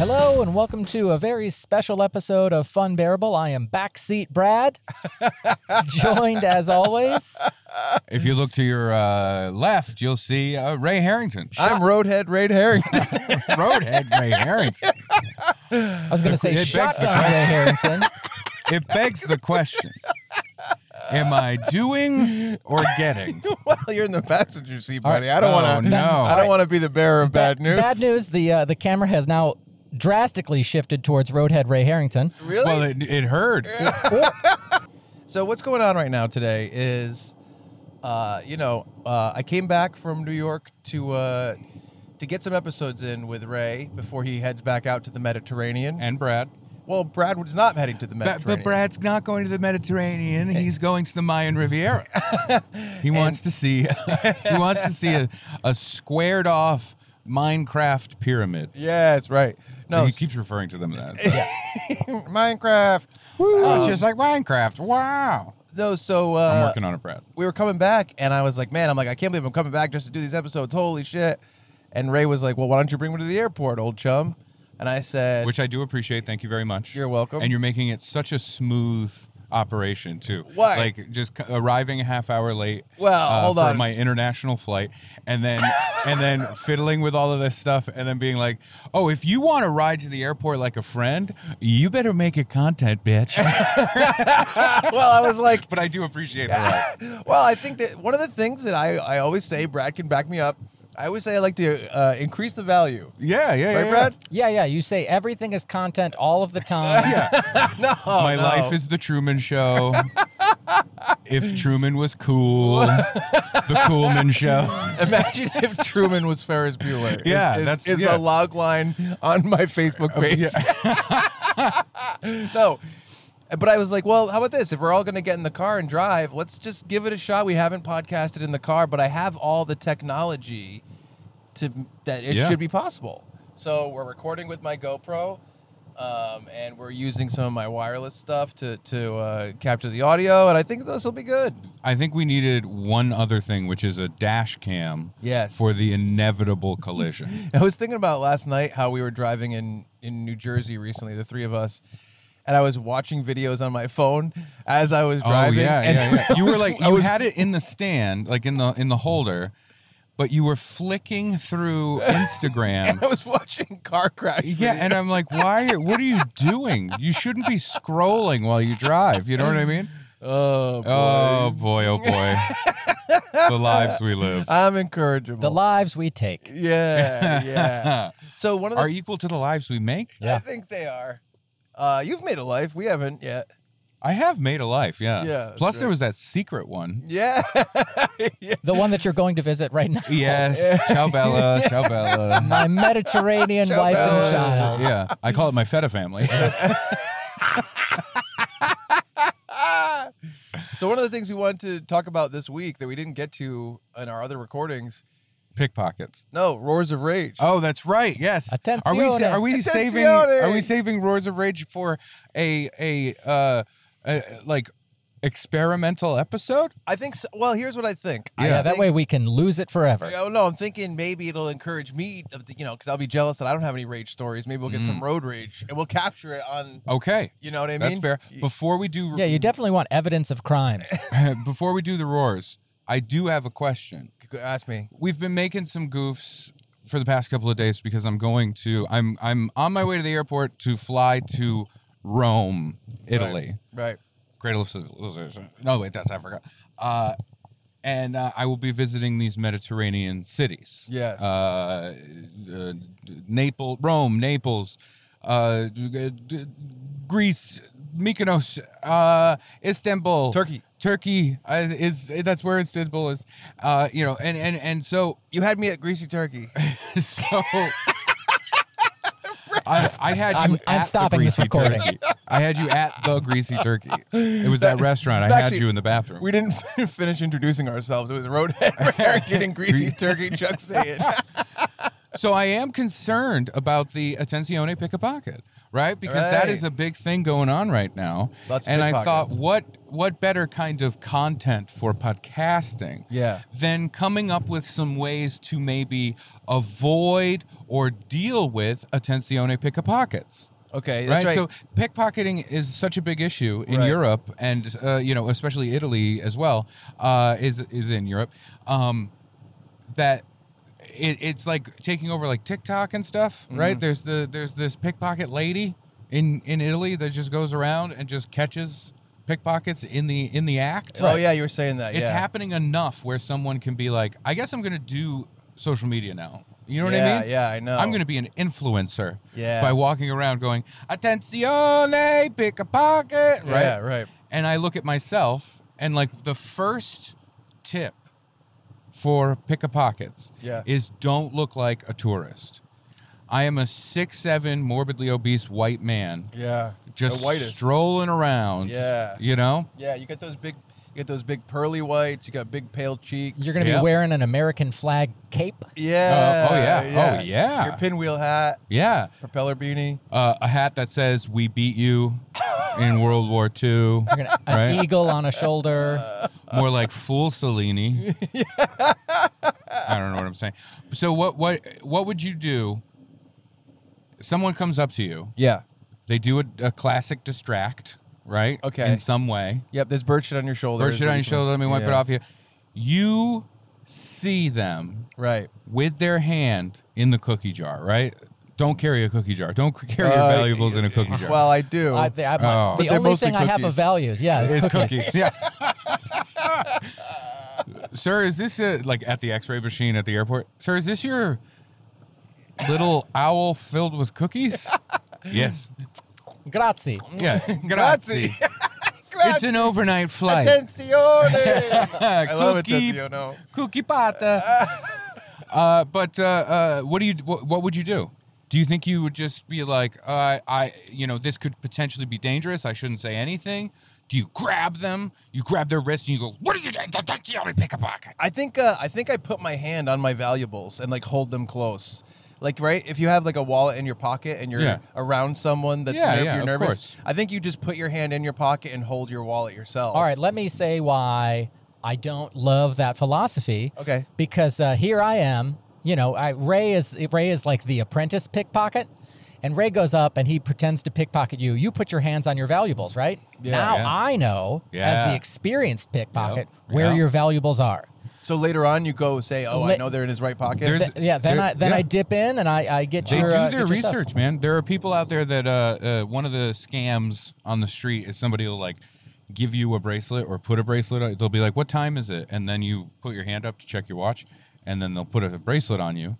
Hello and welcome to a very special episode of Fun Bearable. I am backseat Brad, joined as always. If you look to your uh, left, you'll see uh, Ray Harrington. I'm Roadhead Ray Harrington. Roadhead Ray Harrington. I was going to say It begs the shotgun Ray Harrington. It begs the question Am I doing or getting? well, you're in the passenger seat, right. buddy. I don't Oh, want to. no. I don't want to be the bearer of bad news. Bad news: the uh, the camera has now drastically shifted towards Roadhead Ray Harrington. Really? Well, it, it heard. so what's going on right now today is, uh, you know, uh, I came back from New York to uh, to get some episodes in with Ray before he heads back out to the Mediterranean. And Brad. well, Brad was not heading to the But, Mediterranean. but Brad's not going to the Mediterranean. He's going to the Mayan Riviera. he wants to see. he wants to see a, a squared off Minecraft pyramid. Yeah, that's right. No, he s- keeps referring to them as. Minecraft. it's just like Minecraft. Wow. No, so Um, uh, I'm working on it, Brad. we were coming back, and I was like, man, I'm like, I can't believe I'm coming back just to do these episodes. Holy shit. And Ray was like, well, why don't you bring me to the airport, old chum? And I said, which I do appreciate. Thank you very much. You're welcome. And you're making it such a smooth operation too. Why? Like just c- arriving a half hour late. uh, Well, hold for on. my international flight, and then and then fiddling with all of this stuff, and then being like, "Oh, if you want to ride to the airport like a friend, you better make it content, bitch." well, I was like, but I do appreciate that. well, I think that one of the things that I, I always say, Brad can back me up. I always say I like to uh, increase the value. Yeah, yeah, Right, yeah. Brad? Yeah, yeah. You say everything is content all of the time. No. My Oh, no. life is the Truman Show. if Truman was cool, the Coolman Show. Imagine if Truman was Ferris Bueller. Yeah, is, is, that's- is yeah. the log line on my Facebook page. no. But I was like, well, how about this? If we're all going to get in the car and drive, let's just give it a shot. We haven't podcasted in the car, but I have all the technology to that it Yeah. should be possible. So we're recording with my GoPro, um, and we're using some of my wireless stuff to to uh, capture the audio, and I think this will be good. I think we needed one other thing, which is a dash cam Yes. for the inevitable collision. I was thinking about last night how we were driving in in New Jersey recently, the three of us, and I was watching videos on my phone as I was oh yeah, driving. yeah, and yeah. You were like I you was- had it in the stand, like in the in the holder, but you were flicking through and I Instagram. was watching car crash. Yeah, and I'm like, why? Are, what are you doing? You shouldn't be scrolling while you drive. You know what I mean? Oh, boy. Oh boy, oh boy, the lives we live I'm incorrigible. The lives we take. yeah, yeah. So one of the are equal to the lives we make. Yeah. I think they are. Uh, you've made a life. We haven't yet. I have made a life. Yeah. Yeah, that's Plus, there right. was that secret one. Yeah. yeah. The one that you're going to visit right now. Yes. Ciao Bella. Ciao Bella. My Mediterranean wife Bella. and child. Yeah. I call it my feta family. So one of the things we wanted to talk about this week that we didn't get to in our other recordings. Pickpockets. No, roars of rage. Oh, that's right. Yes. Are we Attenzione. are we saving Attenzione. are we saving Roars of Rage for a a uh a, like experimental episode? I think. So. Well, here's what I think. Yeah, I that think- way we can lose it forever. Oh no, I'm thinking maybe it'll encourage me, to- you know, because I'll be jealous that I don't have any rage stories. Maybe we'll get some road rage and we'll capture it on. Okay. You know what I mean? Mm-hmm. That's fair. Before we do Yeah, you definitely want evidence of crimes. before we do the roars, I do have a question. You could Ask me. we've been making some goofs for the past couple of days because I'm going to I'm I'm on my way to the airport to fly to Rome, Italy. Right. Cradle of Civilization. No, wait, that's Africa. Uh, and uh, I will be visiting these Mediterranean cities. Yes. Uh, uh, Naples, Rome, Naples, uh, d- d- d- Greece, Mykonos, uh, Istanbul, Turkey. Turkey uh, is that's where Istanbul is. Uh, you know, and and and so You had me at greasy turkey. so I, I had you I'm- at I'm the stopping this Greasy recording. Turkey. I had you at the Greasy Turkey. It was that, restaurant. I actually- had you in the bathroom. We didn't finish introducing ourselves. It was Roadhead Harrington and Greasy Turkey Chuck Stayan. so I am concerned about the Attenzione pick a pocket, right? Because that Right. is a big thing going on right now. Lots of and I pickpockets. thought, what what better kind of content for podcasting Yeah. than coming up with some ways to maybe avoid or deal with attenzione pickpockets? Okay, that's right. So pickpocketing is such a big issue in Right. Europe, and uh, you know, especially Italy as well, uh, is is in Europe. Um, that it, it's like taking over like TikTok and stuff, Mm-hmm. right? There's the there's this pickpocket lady in in Italy that just goes around and just catches pickpockets in the in the act. Oh yeah, you were saying that. It's yeah. happening enough where someone can be like, I guess I'm going to do social media now. You know what Yeah, I mean? yeah, I know. I'm going to be an influencer. Yeah. By walking around going, attenzione, pick a pocket, right? Yeah, right. And I look at myself and like the first tip for pick a pockets Yeah. is don't look like a tourist. I am a six seven morbidly obese white man Yeah. just the whitest. strolling around. Yeah. You know? yeah, you got those big you got those big pearly whites, you got big pale cheeks. You're going to Yeah. be wearing an American flag cape. Yeah. Oh, oh, yeah. Oh, yeah. Your pinwheel hat, Yeah. propeller beanie. uh, a hat that says "We beat you" in World War II. You're gonna, an Right. eagle on a shoulder. More like "Fool Cellini." I don't know what I'm saying. So what what what would you do? Someone comes up to you. Yeah. They do a, a classic distract, right? Okay. In some way. Yep, there's bird shit on your shoulder. Or is shit what on you your can- shoulder. Let me wipe it Yeah. off you. You see them Right. with their hand in the cookie jar, right? Don't carry a cookie jar. Don't c- carry your Uh, valuables in a cookie jar. Well, I do. I, I, my- Oh. But The they're only mostly thing I have of cookies. value is yeah, it's It's cookies. cookies. Yeah. Sir, is this a, like at the X-ray machine at the airport? Sir, is this your little owl filled with cookies? yes. Grazie. Yeah. Grazie. it's an overnight flight. Attenzione! I love it, Cookie- Attenzione. Cookie pata. uh, but uh, uh, what do you? What, what would you do? Do you think you would just be like, uh, I, you know, this could potentially be dangerous. I shouldn't say anything. Do you grab them? You grab their wrist and you go, "What are you doing? Don't you only pick a pocket?" I think uh, I think I put my hand on my valuables and like hold them close. Like right, if you have like a wallet in your pocket and you're Yeah. around someone that's Yeah, ner- yeah, you're of nervous, course. I think you just put your hand in your pocket and hold your wallet yourself. All right, let me say why I don't love that philosophy. Okay. Because uh, here I am, you know, I, Ray is Ray is like the apprentice pickpocket, and Ray goes up and he pretends to pickpocket you. You put your hands on your valuables, right? Yeah. now Yeah. I know as Yeah. the experienced pickpocket Yep. where Yeah. your valuables are. So later on, you go say, "Oh, I Let- know they're in his right pocket." There's- Th- yeah. Then there- I then yeah. I dip in and I, I get They your do uh, their get your stuff. research, man. There are people out there that uh, uh, one of the scams on the street is somebody will like give you a bracelet or put a bracelet. on They'll be like, "What time is it?" And then you put your hand up to check your watch, and then they'll put a bracelet on you,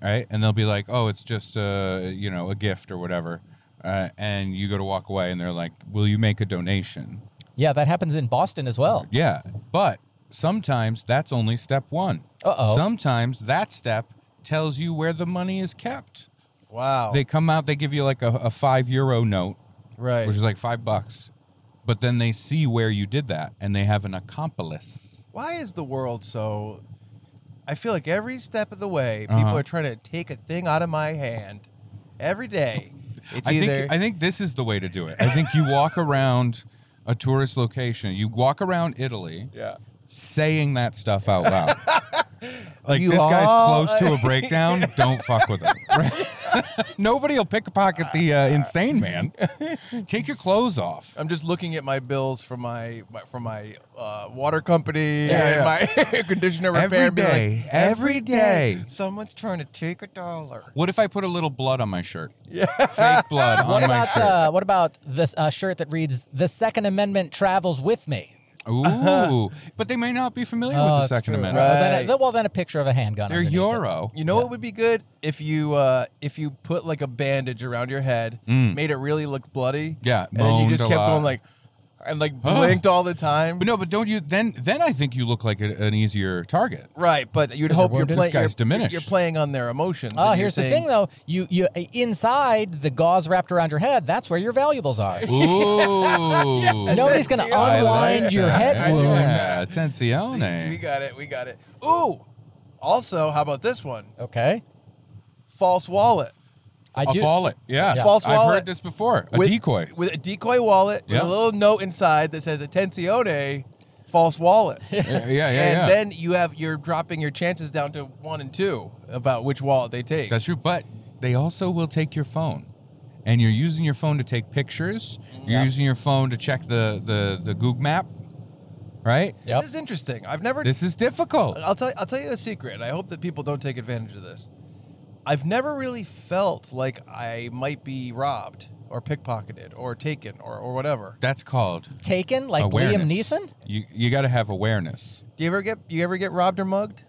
right? And they'll be like, "Oh, it's just uh, you know a gift or whatever." Uh, and you go to walk away, and they're like, "Will you make a donation?" Yeah, that happens in Boston as well. Yeah, but sometimes that's only step one. Uh-oh. Sometimes that step tells you where the money is kept wow. they come out they give you like a, a five euro note right. which is like five bucks but then they see where you did that and they have an accomplice Why is the world so? I feel like every step of the way, people Uh-huh. are trying to take a thing out of my hand every day. It's I either think, I think this is the way to do it i think you walk around a tourist location you walk around italy yeah. saying that stuff out loud like You this guy's all- close to a breakdown don't fuck with him nobody will pickpocket the uh, insane man take your clothes off I'm just looking at my bills for my, my for my uh, water company Yeah, and my air conditioner repair. Every and be day, like, every day." someone's trying to take a dollar. what if i put a little blood on my shirt Yeah. fake blood on What my about shirt uh, what about this uh, shirt that reads "The Second Amendment travels with me"? Ooh, but they may not be familiar Oh, with that's the Second true. Amendment. Well, then, Right. then- well, then a picture of a handgun. They're underneath it. Euro. You know what would be good if you uh, if you put like a bandage around your head, made it really look bloody. Mm. Yeah, and then you moaned just a kept lot. going like and like blinked all the time. But no, but don't you then? Then I think you look like a, an easier target. Right, but you'd Because hope they're you're wounded. playing. This guy's You're, diminished. you're playing on their emotions. Oh, and you're here's the saying- thing, though. You you inside the gauze wrapped around your head. That's where your valuables are. Ooh, Nobody's gonna Attenzione. I like unwind your that. head wound. Yeah, See, we attenzione. got it. We got it. Ooh. Also, how about this one? Okay. False wallet. I a do. wallet. Yeah. Yeah. False I've wallet. heard this before. A with, decoy. with a decoy wallet Yeah. with a little note inside that says "Attenzione, false wallet." Yeah, yeah, yeah. and yeah. then you have you're dropping your chances down to one and two about which wallet they take. That's true. But they also will take your phone. And you're using your phone to take pictures. You're Yeah. using your phone to check the, the, the Google map, right? this Yep. is interesting. I've never. This is difficult. I'll tell. I'll tell you a secret. I hope that people don't take advantage of this. I've never really felt like I might be robbed or pickpocketed or taken or, or whatever. That's called Taken like awareness. Liam Neeson. You, you got to have awareness. Do you ever get you ever get robbed or mugged?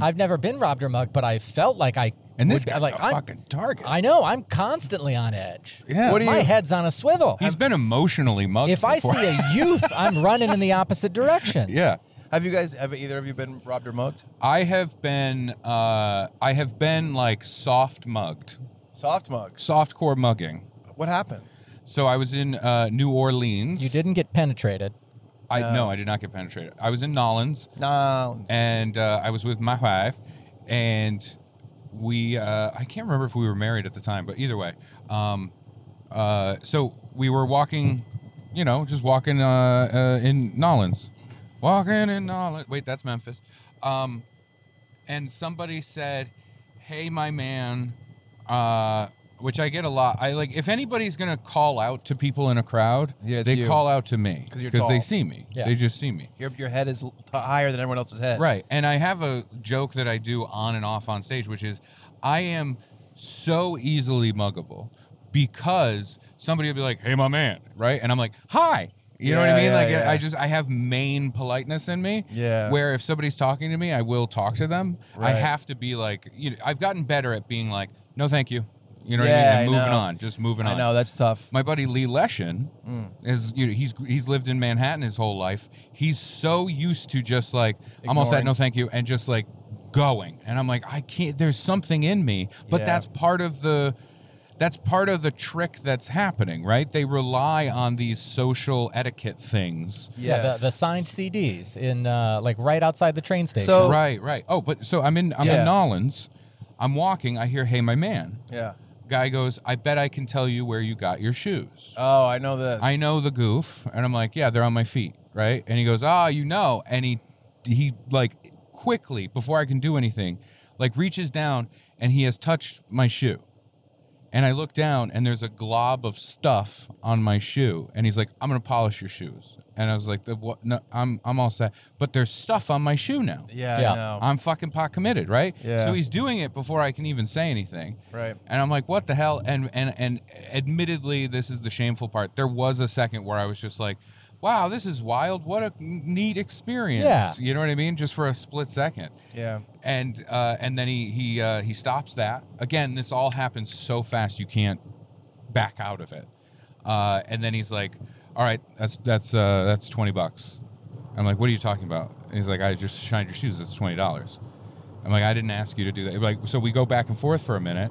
I've never been robbed or mugged, but I felt like I. And this would- guy's like a I'm- fucking target. I know. I'm constantly on edge. yeah. What do My you- head's on a swivel. He's been emotionally mugged. if I before. see a youth, I'm running in the opposite direction. yeah. Have you guys? Have either of you been robbed or mugged? I have been uh, I have been like soft mugged, Soft mugs. soft core mugging. What happened? So I was in uh, New Orleans. You didn't get penetrated. I No. no, I did not get penetrated. I was in Nolans No. and uh, I was with my wife, and we uh, I can't remember if we were married at the time, but either way, um, uh, so we were walking, you know, just walking uh, uh, in Nolans, walking in Nolans. Wait, that's Memphis. Um, and somebody said, "Hey, my man," uh, which I get a lot. I like if anybody's gonna call out to people in a crowd, Yeah, it's they you. call out to me 'Cause you're they tall. see me. Yeah. They just see me. Your, your head is l- t- higher than everyone else's head. Right. And I have a joke that I do on and off on stage, which is I am so easily muggable because somebody will be like, hey, my man, right? And I'm like, hi. You know what I Yeah, mean? yeah, like, yeah. I just, I have main politeness in me. Yeah. Where if somebody's talking to me, I will talk to them. I Right. have to be like, you know, I've gotten better at being like, no, thank you. You know Yeah, what I mean? And I moving know. on, just moving on I know that's tough. my buddy Lee Leshin Mm. is you know he's he's lived in Manhattan his whole life. He's so used to just like I'm all set, Ignoring. no thank you, and just like going. And I'm like I can't. There's something in me, but Yeah. that's part of the that's part of the trick that's happening, right? They rely on these social etiquette things. Yeah, Yes. the, the signed CDs in uh, like right outside the train station. So- Right, right. Oh, but so I'm in I'm Yeah. in Nolans. I'm walking. I hear, "Hey, my man." Yeah. Guy goes, "I bet I can tell you where you got your shoes." Oh, I know this. I know the goof, and I'm like, yeah, they're on my feet, right? And he goes, ah, you know, and he he like quickly before I can do anything, like reaches down and he has touched my shoe, and I look down and there's a glob of stuff on my shoe, and he's like, I'm gonna polish your shoes, and I was like, the what? No, I'm I'm all set, but there's stuff on my shoe now. Yeah, Yeah. I know. I'm fucking pot committed, right? Yeah. So he's doing it before I can even say anything. Right. And I'm like, what the hell? And and and admittedly, this is the shameful part. There was a second where I was just like, wow, this is wild. What a neat experience. Yeah. You know what I mean? Just for a split second. yeah. And uh, and then he he uh, he stops that. Again, this all happens so fast you can't back out of it. Uh, and then he's like, all right, that's that's uh, that's twenty bucks. I'm like, what are you talking about? And he's like, I just shined your shoes. That's twenty dollars. I'm like, I didn't ask you to do that. Like, so we go back and forth for a minute,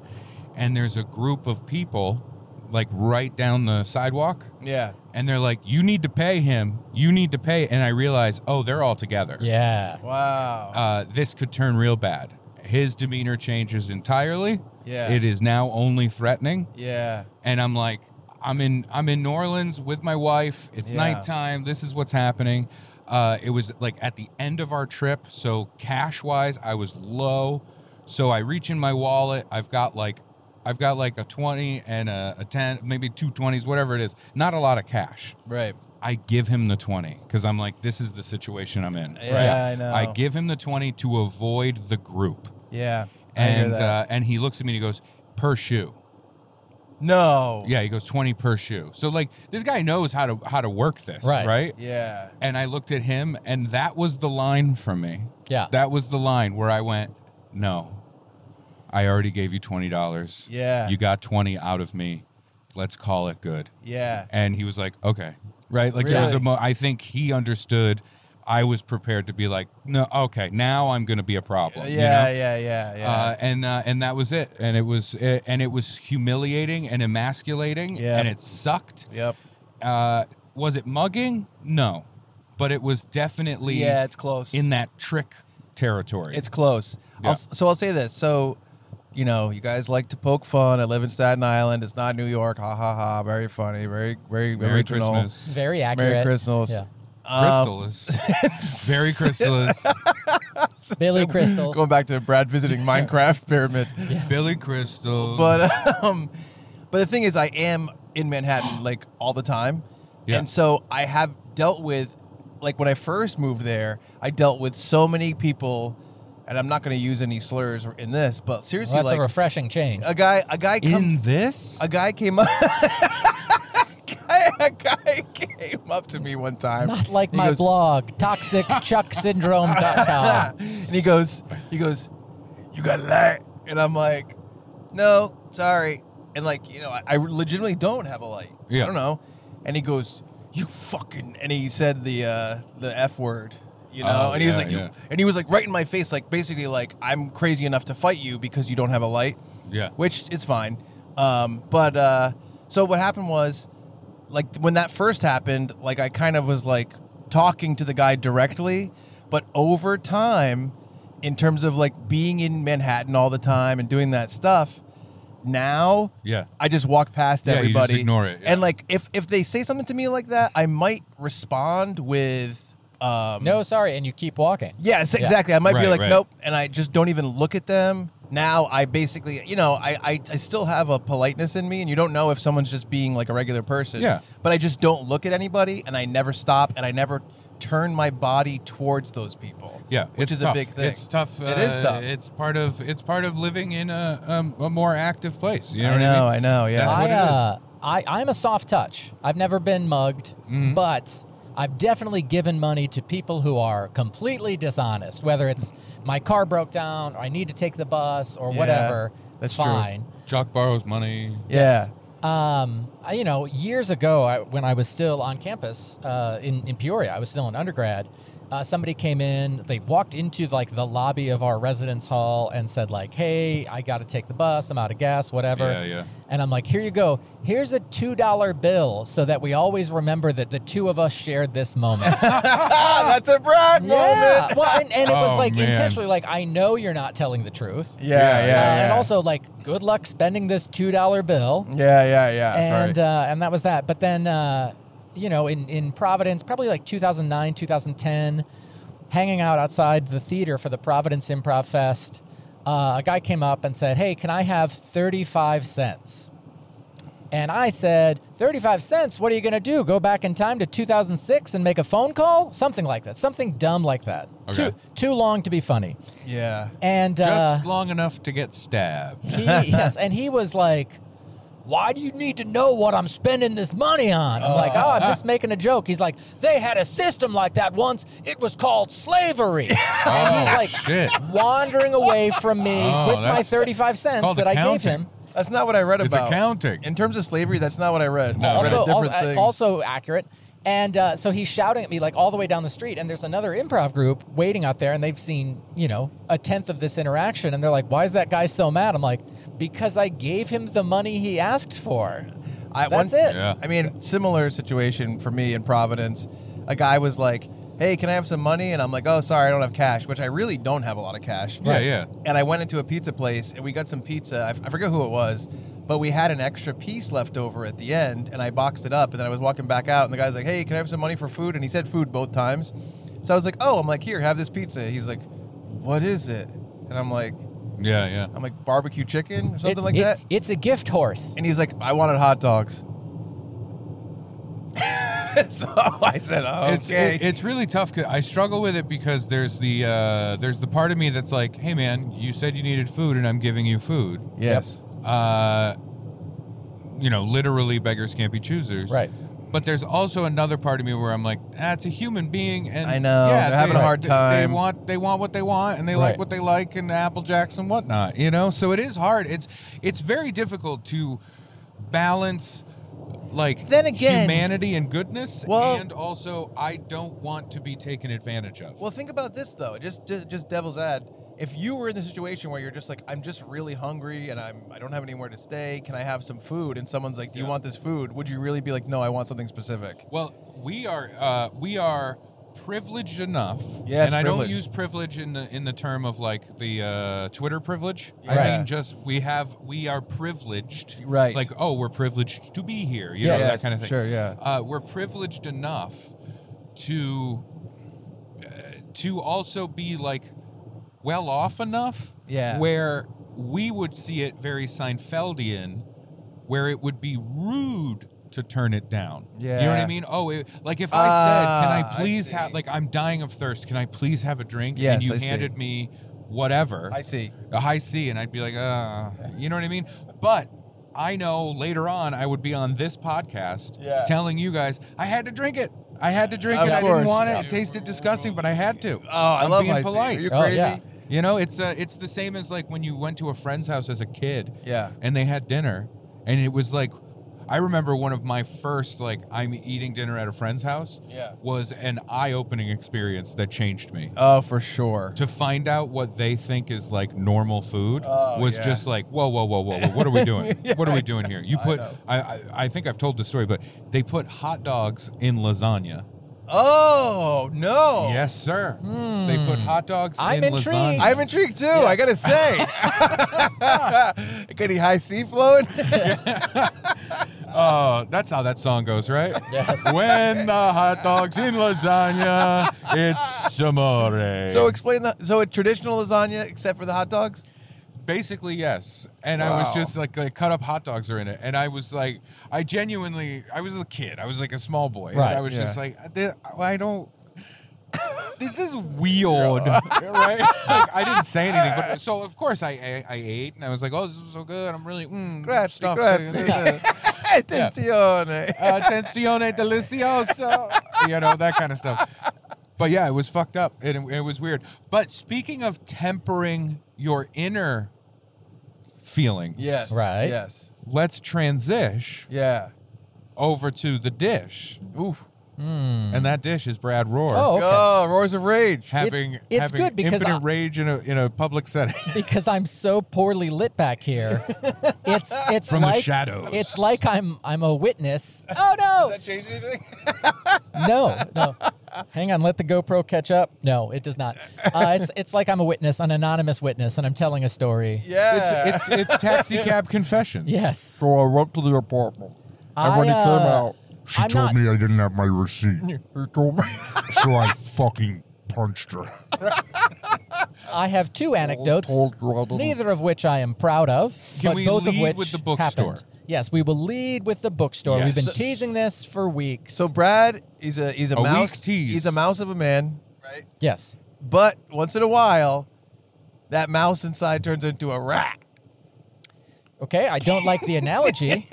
and there's a group of people, like right down the sidewalk, Yeah. and they're like, you need to pay him. You need to pay. And I realize, oh, they're all together. yeah. Wow. Uh, this could turn real bad. His demeanor changes entirely. Yeah. It is now only threatening, yeah. and I'm like, I'm in, I'm in New Orleans with my wife. It's Yeah. nighttime. This is what's happening. Uh, it was like at the end of our trip, so cash wise, I was low. So I reach in my wallet. I've got like, I've got like a twenty and a, a ten, maybe two twenties, whatever it is. Not a lot of cash. Right. I give him the 20 because I'm like, this is the situation I'm in. Yeah, I know. I give him the 20 to avoid the group. Yeah. I hear And that. uh, and he looks at me and he goes, per shoe. no. Yeah, he goes 20 per shoe. So like this guy knows how to how to work this, Right. right? Yeah. And I looked at him and that was the line for me. Yeah. That was the line where I went, "No. I already gave you $20. Yeah. You got 20 out of me. Let's call it good." Yeah. and he was like, "Okay, right." Like there was a Really? mo- I think he understood. I was prepared to be like, "No, okay, now I'm going to be a problem." Yeah. you Yeah. know? Yeah. Yeah. Uh, and uh, and that was it, and it was it, and it was humiliating and emasculating, Yeah. and it sucked. yep. Uh, was it mugging? No, but it was definitely Yeah. It's close. in that trick territory. It's close. Yeah. I'll, so I'll say this. So you know, you guys like to poke fun. I live in Staten Island. It's not New York. Ha ha ha. Very funny. Very, very Merry original. Christmas. Very accurate. Merry Christmas. Yeah. Um, Crystallis. Very Crystallis. Billy Crystal. going back to Brad visiting Minecraft pyramids. Billy Crystal. But um, but the thing is, I am in Manhattan like all the time, Yeah. and so I have dealt with like when I first moved there, I dealt with so many people, and I'm not going to use any slurs in this, but seriously, Well, that's like a refreshing change. a guy, a guy, come, in this? a guy came up. A guy came up to me one time. Not like He my goes- blog, toxicchucksyndrome.com. and he goes, he goes, you got light. And I'm like, no, sorry. And like, you know, I, I legitimately don't have a light. Yeah. I don't know. And he goes, you fucking. And he said the uh, the f word, you know. Oh, and he was yeah, like, you- yeah. and he was like right in my face, like basically like I'm crazy enough to fight you because you don't have a light yeah. which is fine. Um, but uh, so what happened was, like when that first happened, like I kind of was like talking to the guy directly, but over time, in terms of like being in Manhattan all the time and doing that stuff, now Yeah. I just walk past Yeah, you just everybody, ignore it, yeah. and like if if they say something to me like that, I might respond with. Um, No, sorry, and you keep walking. Yes, Yeah. exactly. I might Right, be like, right. nope, and I just don't even look at them. Now I basically, you know, I, I, I still have a politeness in me, and you don't know if someone's just being like a regular person. Yeah. But I just don't look at anybody, and I never stop, and I never turn my body towards those people. Yeah, Which it's is tough. a big thing. It's tough. uh, It is tough. It's part of it's part of living in a um, a more active place. You know I what know, I I mean? know. Yeah. That's what I, it is. uh, I, I'm a soft touch. I've never been mugged, Mm-hmm. but I've definitely given money to people who are completely dishonest, whether it's my car broke down or I need to take the bus or Yeah, whatever. that's true. fine. Jock borrows money. yeah. Um, I, you know, years ago, I, when I was still on campus uh, in, in Peoria, I was still an undergrad. Uh, somebody came in, they walked into like the lobby of our residence hall and said like, "Hey, I got to take the bus. I'm out of gas, whatever." Yeah, yeah. And I'm like, "Here you go. Here's a two dollar bill, so that we always remember that the two of us shared this moment." Ah, that's a Brad moment. yeah. Well, and, and it was Oh, like man. intentionally like, "I know you're not telling the truth." Yeah, yeah, Yeah, Uh, yeah. And also like, good luck spending this two dollar bill yeah, yeah, yeah. and right. uh, and that was that. But then, uh, you know, in in Providence, probably like 2009, 2010, hanging out outside the theater for the Providence Improv Fest, uh, a guy came up and said, "Hey, can I have 35 cents?" And I said, 35 cents? What are you going to do? Go back in time to 2006 and make a phone call? Something like that. Something dumb like that. Okay. Too, too long to be funny. yeah. And uh, Just long enough to get stabbed. he yes, and he was like, "Why do you need to know what I'm spending this money on?" I'm like, "Oh, I'm just making a joke." He's like, "They had a system like that once. It was called slavery." and he's Oh, like shit. wandering away from me Oh, with my that's- 35 cents called that I gave accounting. him. That's not what I read It's about. accounting. In terms of slavery, that's not what I read. I read a also, different also, uh, thing. also accurate. And uh, so he's shouting at me like all the way down the street. And there's another improv group waiting out there, and they've seen you know a tenth of this interaction, and they're like, "Why is that guy so mad?" I'm like, "Because I gave him the money he asked for." I, That's one- it. Yeah. I mean, similar situation for me in Providence. A guy was like, "Hey, can I have some money?" And I'm like, "Oh, sorry, I don't have cash," which I really don't have a lot of cash. Yeah, yeah. And I went into a pizza place and we got some pizza. I, f- I forget who it was, but we had an extra piece left over at the end, and I boxed it up. And then I was walking back out, and the guy's like, "Hey, can I have some money for food?" And he said food both times. So I was like, "Oh, I'm like, here, have this pizza." He's like, "What is it?" And I'm like, Yeah, yeah. "I'm like barbecue chicken or something It's- like it- that." It's a gift horse. And he's like, I wanted hot dogs. so I said, okay. It's it- it's really tough. 'cause I struggle with it because there's the uh, there's the part of me that's like, hey man, you said you needed food, and I'm giving you food. yes. Uh, you know, literally beggars can't be choosers. Right. But there's also another part of me where I'm like, ah, it's a human being, and I know, yeah, they're having a hard they- time. They want they want what they want, and they Right. like what they like, and Apple Jacks and whatnot. You know, so it is hard. It's it's very difficult to balance like Then again- humanity and goodness, Well- and also I don't want to be taken advantage of. Well, think about this though. Just, just just devil's ad. If you were in the situation where you're just like, I'm just really hungry and I'm I don't have anywhere to stay. Can I have some food? And someone's like, Do you want this food? Would you really be like, No, I want something specific? Well, we are uh, we are privileged enough. Yeah, it's and I don't privileged. use privilege in the in the term of like the uh, Twitter privilege. I Yeah. mean just we have we are privileged. Right. Like oh, we're privileged to be here. You know Yes, that kind of thing. Sure, yeah. Uh, we're privileged enough to uh, to also be like well off enough. Yeah. Where we would see it very Seinfeldian, where it would be rude to turn it down. You know what Yeah. I mean? Oh, it, like if I said, "Can I Ah, I please have see. like I'm dying of thirst? Can I please have a drink?" and Yes, you I see. handed me whatever I see. a high C, and I'd be like, uh, you know what I mean? But I know later on I would be on this podcast Yeah. telling you guys I had to drink it. I had to drink Of it. I course. didn't want it. Yeah. It tasted disgusting, but I had to. Oh, I I'm love being high C. polite. Are you Oh, crazy? yeah. You know, it's uh, it's the same as like when you went to a friend's house as a kid. Yeah. And they had dinner, and it was like, I remember one of my first like I'm eating dinner at a friend's house. Yeah. Was an eye-opening experience that changed me Oh, for sure. to find out what they think is like normal food Oh, was yeah. just like whoa whoa whoa whoa whoa what are we doing Yeah, what are we doing here you I put I, know. I, I, think i've told this story but they put hot dogs in lasagna Oh no. yes sir they put hot dogs I'm in intrigued. lasagna I'm intrigued too. I gotta say, got any high C flowing? oh that's how that song goes right Yes. when the hot dogs in lasagna it's amore so explain that. So a traditional lasagna, except for the hot dogs. Basically, yes. And I was Wow. just like, like cut up hot dogs are in it. And I was like, I genuinely, I was a kid. I was like a small boy. Right, And I was just yeah. like, "Th- I don't. This is weird, right? Like, I didn't say anything, but so of course I, I I ate and I was like, oh, this is so good. I'm really mm, Grazie, stuffed." grazie. Attenzione. Attenzione delicioso. you know, that kind of stuff. But yeah, it was fucked up. It, it was weird. But speaking of tempering your inner feelings, Yes. Right. Yes. let's transition Yeah. over to the dish. Ooh. And that dish is Brad Rohr. Hmm. Oh, okay. Oh, roars of rage. Having, It's- it's having good because infinite I- rage in a, in a public setting. because I'm so poorly lit back here. It's it's From the like shadows. It's like I'm I'm a witness. Oh no, Does that change anything? no, no. Hang on, let the GoPro catch up. No, it does not. Uh, it's it's like I'm a witness, an anonymous witness, and I'm telling a story. Yeah. It's, it's, it's taxi cab confessions. Yes. so I went to the apartment. I, uh, She I'm told not- me I didn't have my receipt, he told me. so I fucking punched her. I have two anecdotes, told you I didn't- neither of which I am proud of, Can but we both of lead which with the happened. bookstore? Yes, we will lead with the bookstore. We've been Yes. teasing this for weeks. So Brad is a he's a, A weak mouse. tease. He's a mouse of a man. Right. yes, But once in a while, that mouse inside turns into a rat. okay. I don't like the analogy.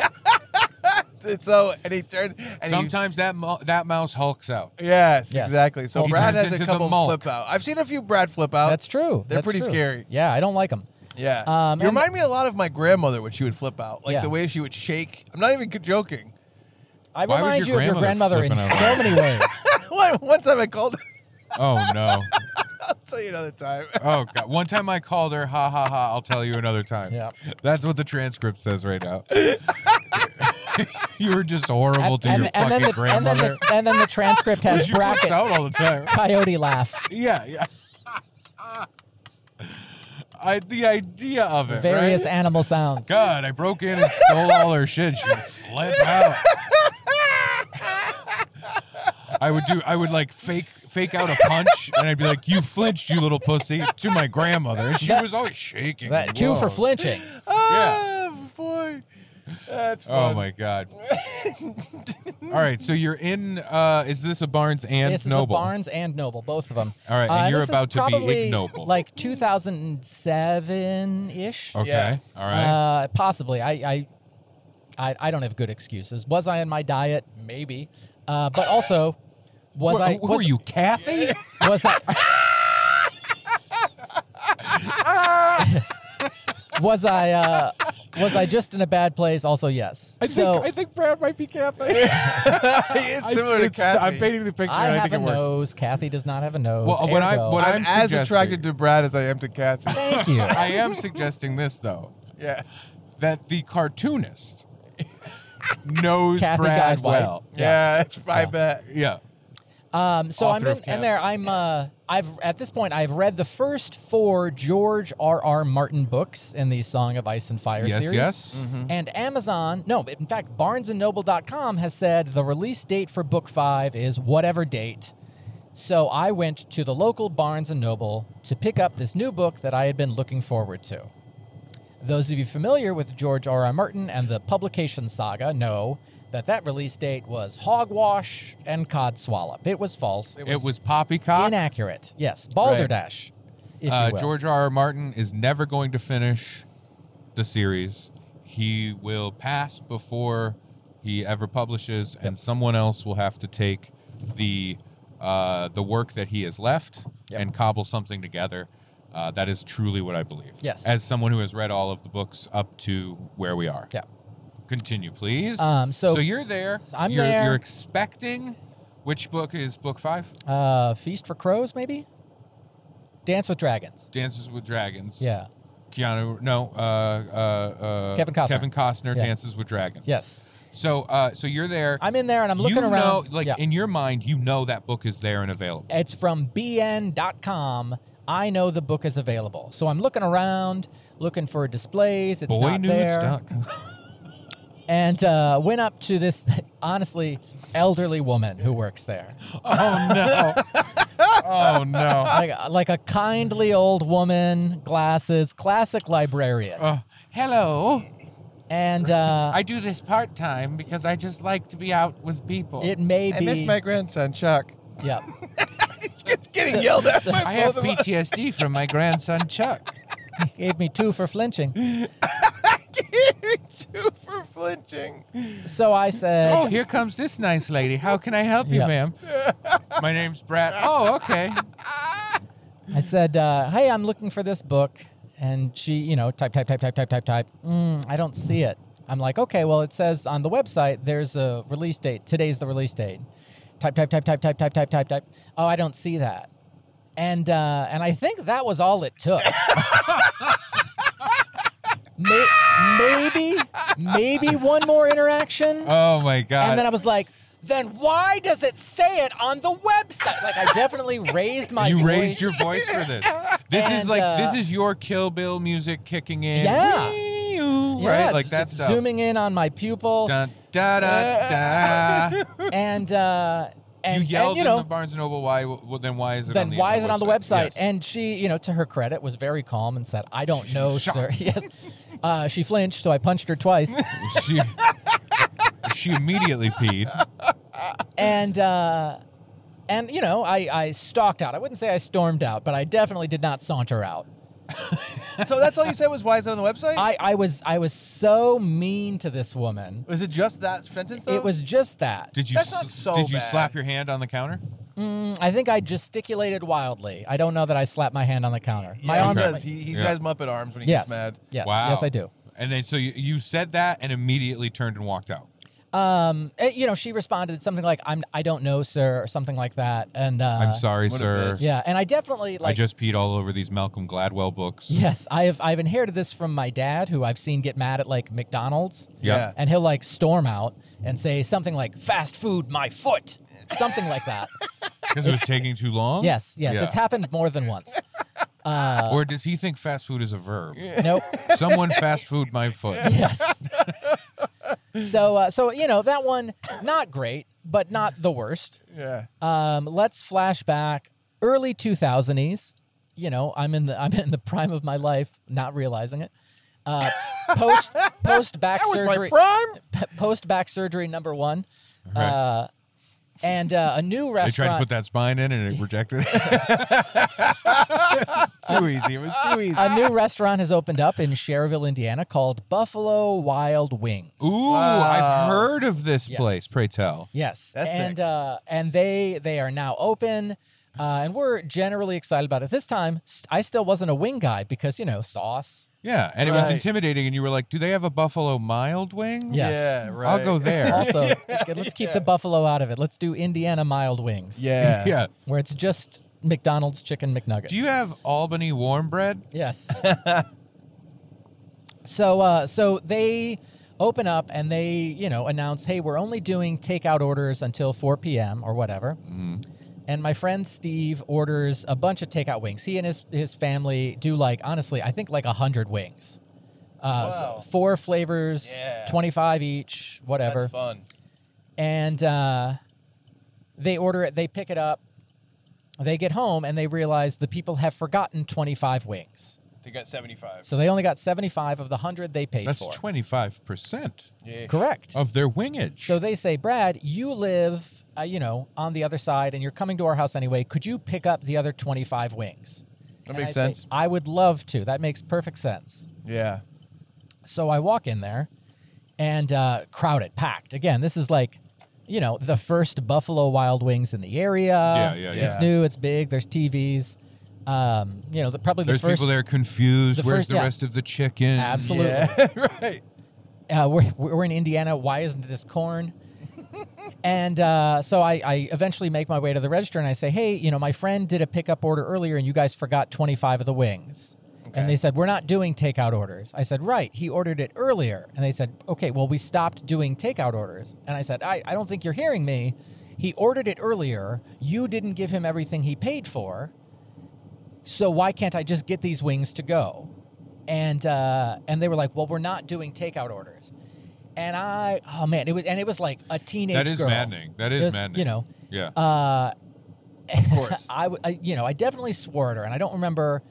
And so and he turned and he- Sometimes that, mo- that mouse hulks out. Yes, Yes. exactly. So He Brad turns has into the a couple Mulk. flip out. I've seen a few Brad flip out. That's true. They're That's pretty true. scary. Yeah, I don't like them. Yeah. Um, you and- remind me a lot of my grandmother when she would flip out, like Yeah. the way she would shake. I'm not even joking. I Why was remind you your of your grandmother grandmother in so flipping out? many ways. one, one time I called her. Oh, no. I'll tell you another time. Oh god! One time I called her, ha ha ha. I'll tell you another time. Yeah. that's what the transcript says right now. you were just horrible and, to your and, and then fucking the, and, then grandmother. the, and then the transcript has she flips out brackets. all the time. Coyote laugh. Yeah, yeah. I the idea of it. Various right? animal sounds. God, I broke in and stole all her shit. She flipped out. I would do. I would like fake fake out a punch, and I'd be like, "You flinched, you little pussy," to my grandmother, and she That- was always shaking. That, two Whoa. for flinching. Yeah. Ah, boy. That's Oh fun. my god. all right, so you're in. uh Is this a Barnes and This Noble? is a Barnes and Noble, both of them. All right, and Uh, you're this is about to be probably ignoble. Like 2007 ish. Okay. Yeah. All right. Uh, possibly. I, I, I, I don't have good excuses. Was I in my diet? Maybe. Uh, but also, was Wh- I? who was, are you, Kathy? Was I? was I? Uh, was I just in a bad place? Also, yes. I so think I think Brad might be Kathy. he is similar It's- to it's- Kathy. I'm painting the picture. I and I have think a it works. nose. Kathy does not have a nose. Well, what I- Ergo- what I- I'm, I'm as suggesting- attracted to Brad as I am to Kathy. thank you. I am suggesting this though, yeah. that the cartoonist knows Kathy Brad Guys White. well. Yeah, that's my Yeah. bet. Yeah. Um, so I'm Author in, of in there. I'm uh, I've at this point I've read the first four George R. R. Martin books in the Song of Ice and Fire Yes, series. yes. And Amazon, no, in fact, BarnesandNoble.com has said the release date for book five is whatever date. So I went to the local Barnes and Noble to pick up this new book that I had been looking forward to. Those of you familiar with George R. R. Martin and the publication saga know that that release date was hogwash and codswallop. It was false. It was, poppycock. inaccurate. Yes, balderdash. If you Uh, will. George R. R. Martin is never going to finish the series. He will pass before he ever publishes, and someone else will have to take the uh, the work that he has left Yep. and cobble something together. Uh, that is truly what I believe. Yes. As someone who has read all of the books up to where we are. Yeah. Continue, please. Um, so- you're there. I'm you're, there. You're expecting. Which book is book five? Uh, Feast for Crows, maybe? Dance with Dragons. Dances with Dragons. Yeah. Keanu, no, uh, uh, uh, Kevin Costner. Kevin Costner Yeah. dances with dragons. Yes. So, uh, so you're there. I'm in there and I'm looking you know, around. like Yeah. in your mind, you know that book is there and available. It's from bn.com. I know the book is available. So I'm looking around, looking for displays. It's not there. Boynudes.com. And uh, went up to this, honestly, elderly woman who works there. Oh no! oh no! Like, like a kindly old woman, glasses, classic librarian. Uh, hello. and uh, I do this part time because I just like to be out with people. it may I be. miss my grandson, Chuck. yeah. Getting So- yelled at. so- by I both of us. PTSD from my grandson Chuck. Gave me two for flinching. Two for flinching. So I said, Oh, here comes this nice lady. How can I help you, Yeah. ma'am? My name's Brad. Oh, okay. I said, uh, "Hey, I'm looking for this book," and she, you know, type, type, type, type, type, type, type. Mm, I don't see it. I'm like, okay, well, it says on the website there's a release date. Today's the release date. Type, type, type, type, type, type, type, type, type. Oh, I don't see that. And uh, and I think that was all it took. May- maybe maybe one more interaction. Oh my God. And then I was like, then why does it say it on the website? Like I definitely raised my you voice. raised your voice for this. This is And, like uh, this is your Kill Bill music kicking in. Yeah. Wee-oo, Yeah, right? it's- like that's it's zooming in on my pupil Dun, da, da, da. and uh and you yelled and, you know in the Barnes and Noble. Why? Well, then why is it? on then the why is it on the website Yes. and she you know to her credit was very calm and said i don't She know was sir shocked. yes uh, she flinched so i punched her twice she, she immediately peed. and uh and you know i i stalked out i wouldn't say i stormed out but i definitely did not saunter out So that's all you said was why is it on the website? i i was i was so mean to this woman was it just that sentence though? it was just that Did you? That's not s- so did you bad. slap your hand on the counter? i think i gesticulated wildly i don't know that i slapped my hand on the counter my Yeah, he arms does. He, he's Yeah. got his Muppet arms when he yes gets mad. yes Wow. yes i do And then so you, you said that and immediately turned and walked out. um, eh, you know, she responded something like, "I'm, I don't know, sir," or something like that. And uh, I'm sorry, what a sir. bitch. Yeah, and I definitely like. I just peed all over these Malcolm Gladwell books. yes, I have. I've inherited this from my dad, who I've seen get mad at like McDonald's. Yeah. And he'll like storm out and say something like "fast food, my foot," something like that. Because it was taking too long. yes, uh, yes, Yeah. it's happened more than once. or does he think fast food is a verb? Nope. Someone fast food my foot. Yes. so, uh, so you know that one, not great, but not the worst. Yeah. Um, let's flash back early 2000s. You know, I'm in the I'm in the prime of my life, not realizing it. Uh, post post back That was my surgery, prime. post back surgery number one, uh, and uh, a new They tried to restaurant, put that spine in and it rejected it. Too easy. It was too easy. a new restaurant has opened up in Cherville, Indiana, called Buffalo Wild Wings. Ooh, Wow. I've heard of this Yes. place, pray tell. Yes, That's and thick. uh, and they they are now open, uh, and we're generally excited about it. This time, st- I still wasn't a wing guy because you know sauce. Yeah, and it was Right. intimidating, and you were like, do they have a buffalo mild wing? Yes. Yeah, right. I'll go there. Also, okay, let's keep the buffalo out of it. Let's do Indiana mild wings. Yeah. yeah. Where it's just McDonald's chicken McNuggets. Do you have Albany warm bread? Yes. so uh, so they open up and Mm-hmm. they you know announce, hey, we're only doing takeout orders until 4 p.m. or whatever. and my friend Steve orders a bunch of takeout wings. He and his his family do like honestly, I think like a hundred wings. Uh, so Wow. four flavors, Yeah. twenty five each, whatever. That's fun. and uh, they order it. They pick it up. They get home and they realize the people have forgotten twenty five wings. They got 75. So they only got seventy five of the hundred they paid That's for. twenty five percent Yeah. Correct. Oh. of their wingage. So they say, Brad, you live, uh, you know, on the other side, and you're coming to our house anyway. Could you pick up the other 25 wings? That And makes I say, sense. I would love to. That makes perfect sense. Yeah. So I walk in there, and uh, crowded, packed. Again, this is like, you know, the first Buffalo Wild Wings in the area. Yeah, yeah, yeah. It's new. It's big. There's TVs. Um, you know, the, probably There's the first. people there confused. the Where's first- the yeah. rest of the chicken? Absolutely. Yeah. right. uh, we're, we're in Indiana. Why isn't this corn? and uh, so I, I eventually make my way to the register and I say, hey, you know, my friend did a pickup order earlier and you guys forgot 25 of the wings. Okay. And they said, we're not doing takeout orders. I said, right, he ordered it earlier. And they said, okay, well, we stopped doing takeout orders. And I said, I, I don't think you're hearing me. He ordered it earlier. You didn't give him everything he paid for. So why can't I just get these wings to go? And uh, and they were like, well, we're not doing takeout orders. And I, oh man, it was and it was like a teenage. That is girl. maddening. That is It was, maddening. You know, uh, Yeah. Of course. I, w- I- you know, I definitely swore at her, and I don't remember.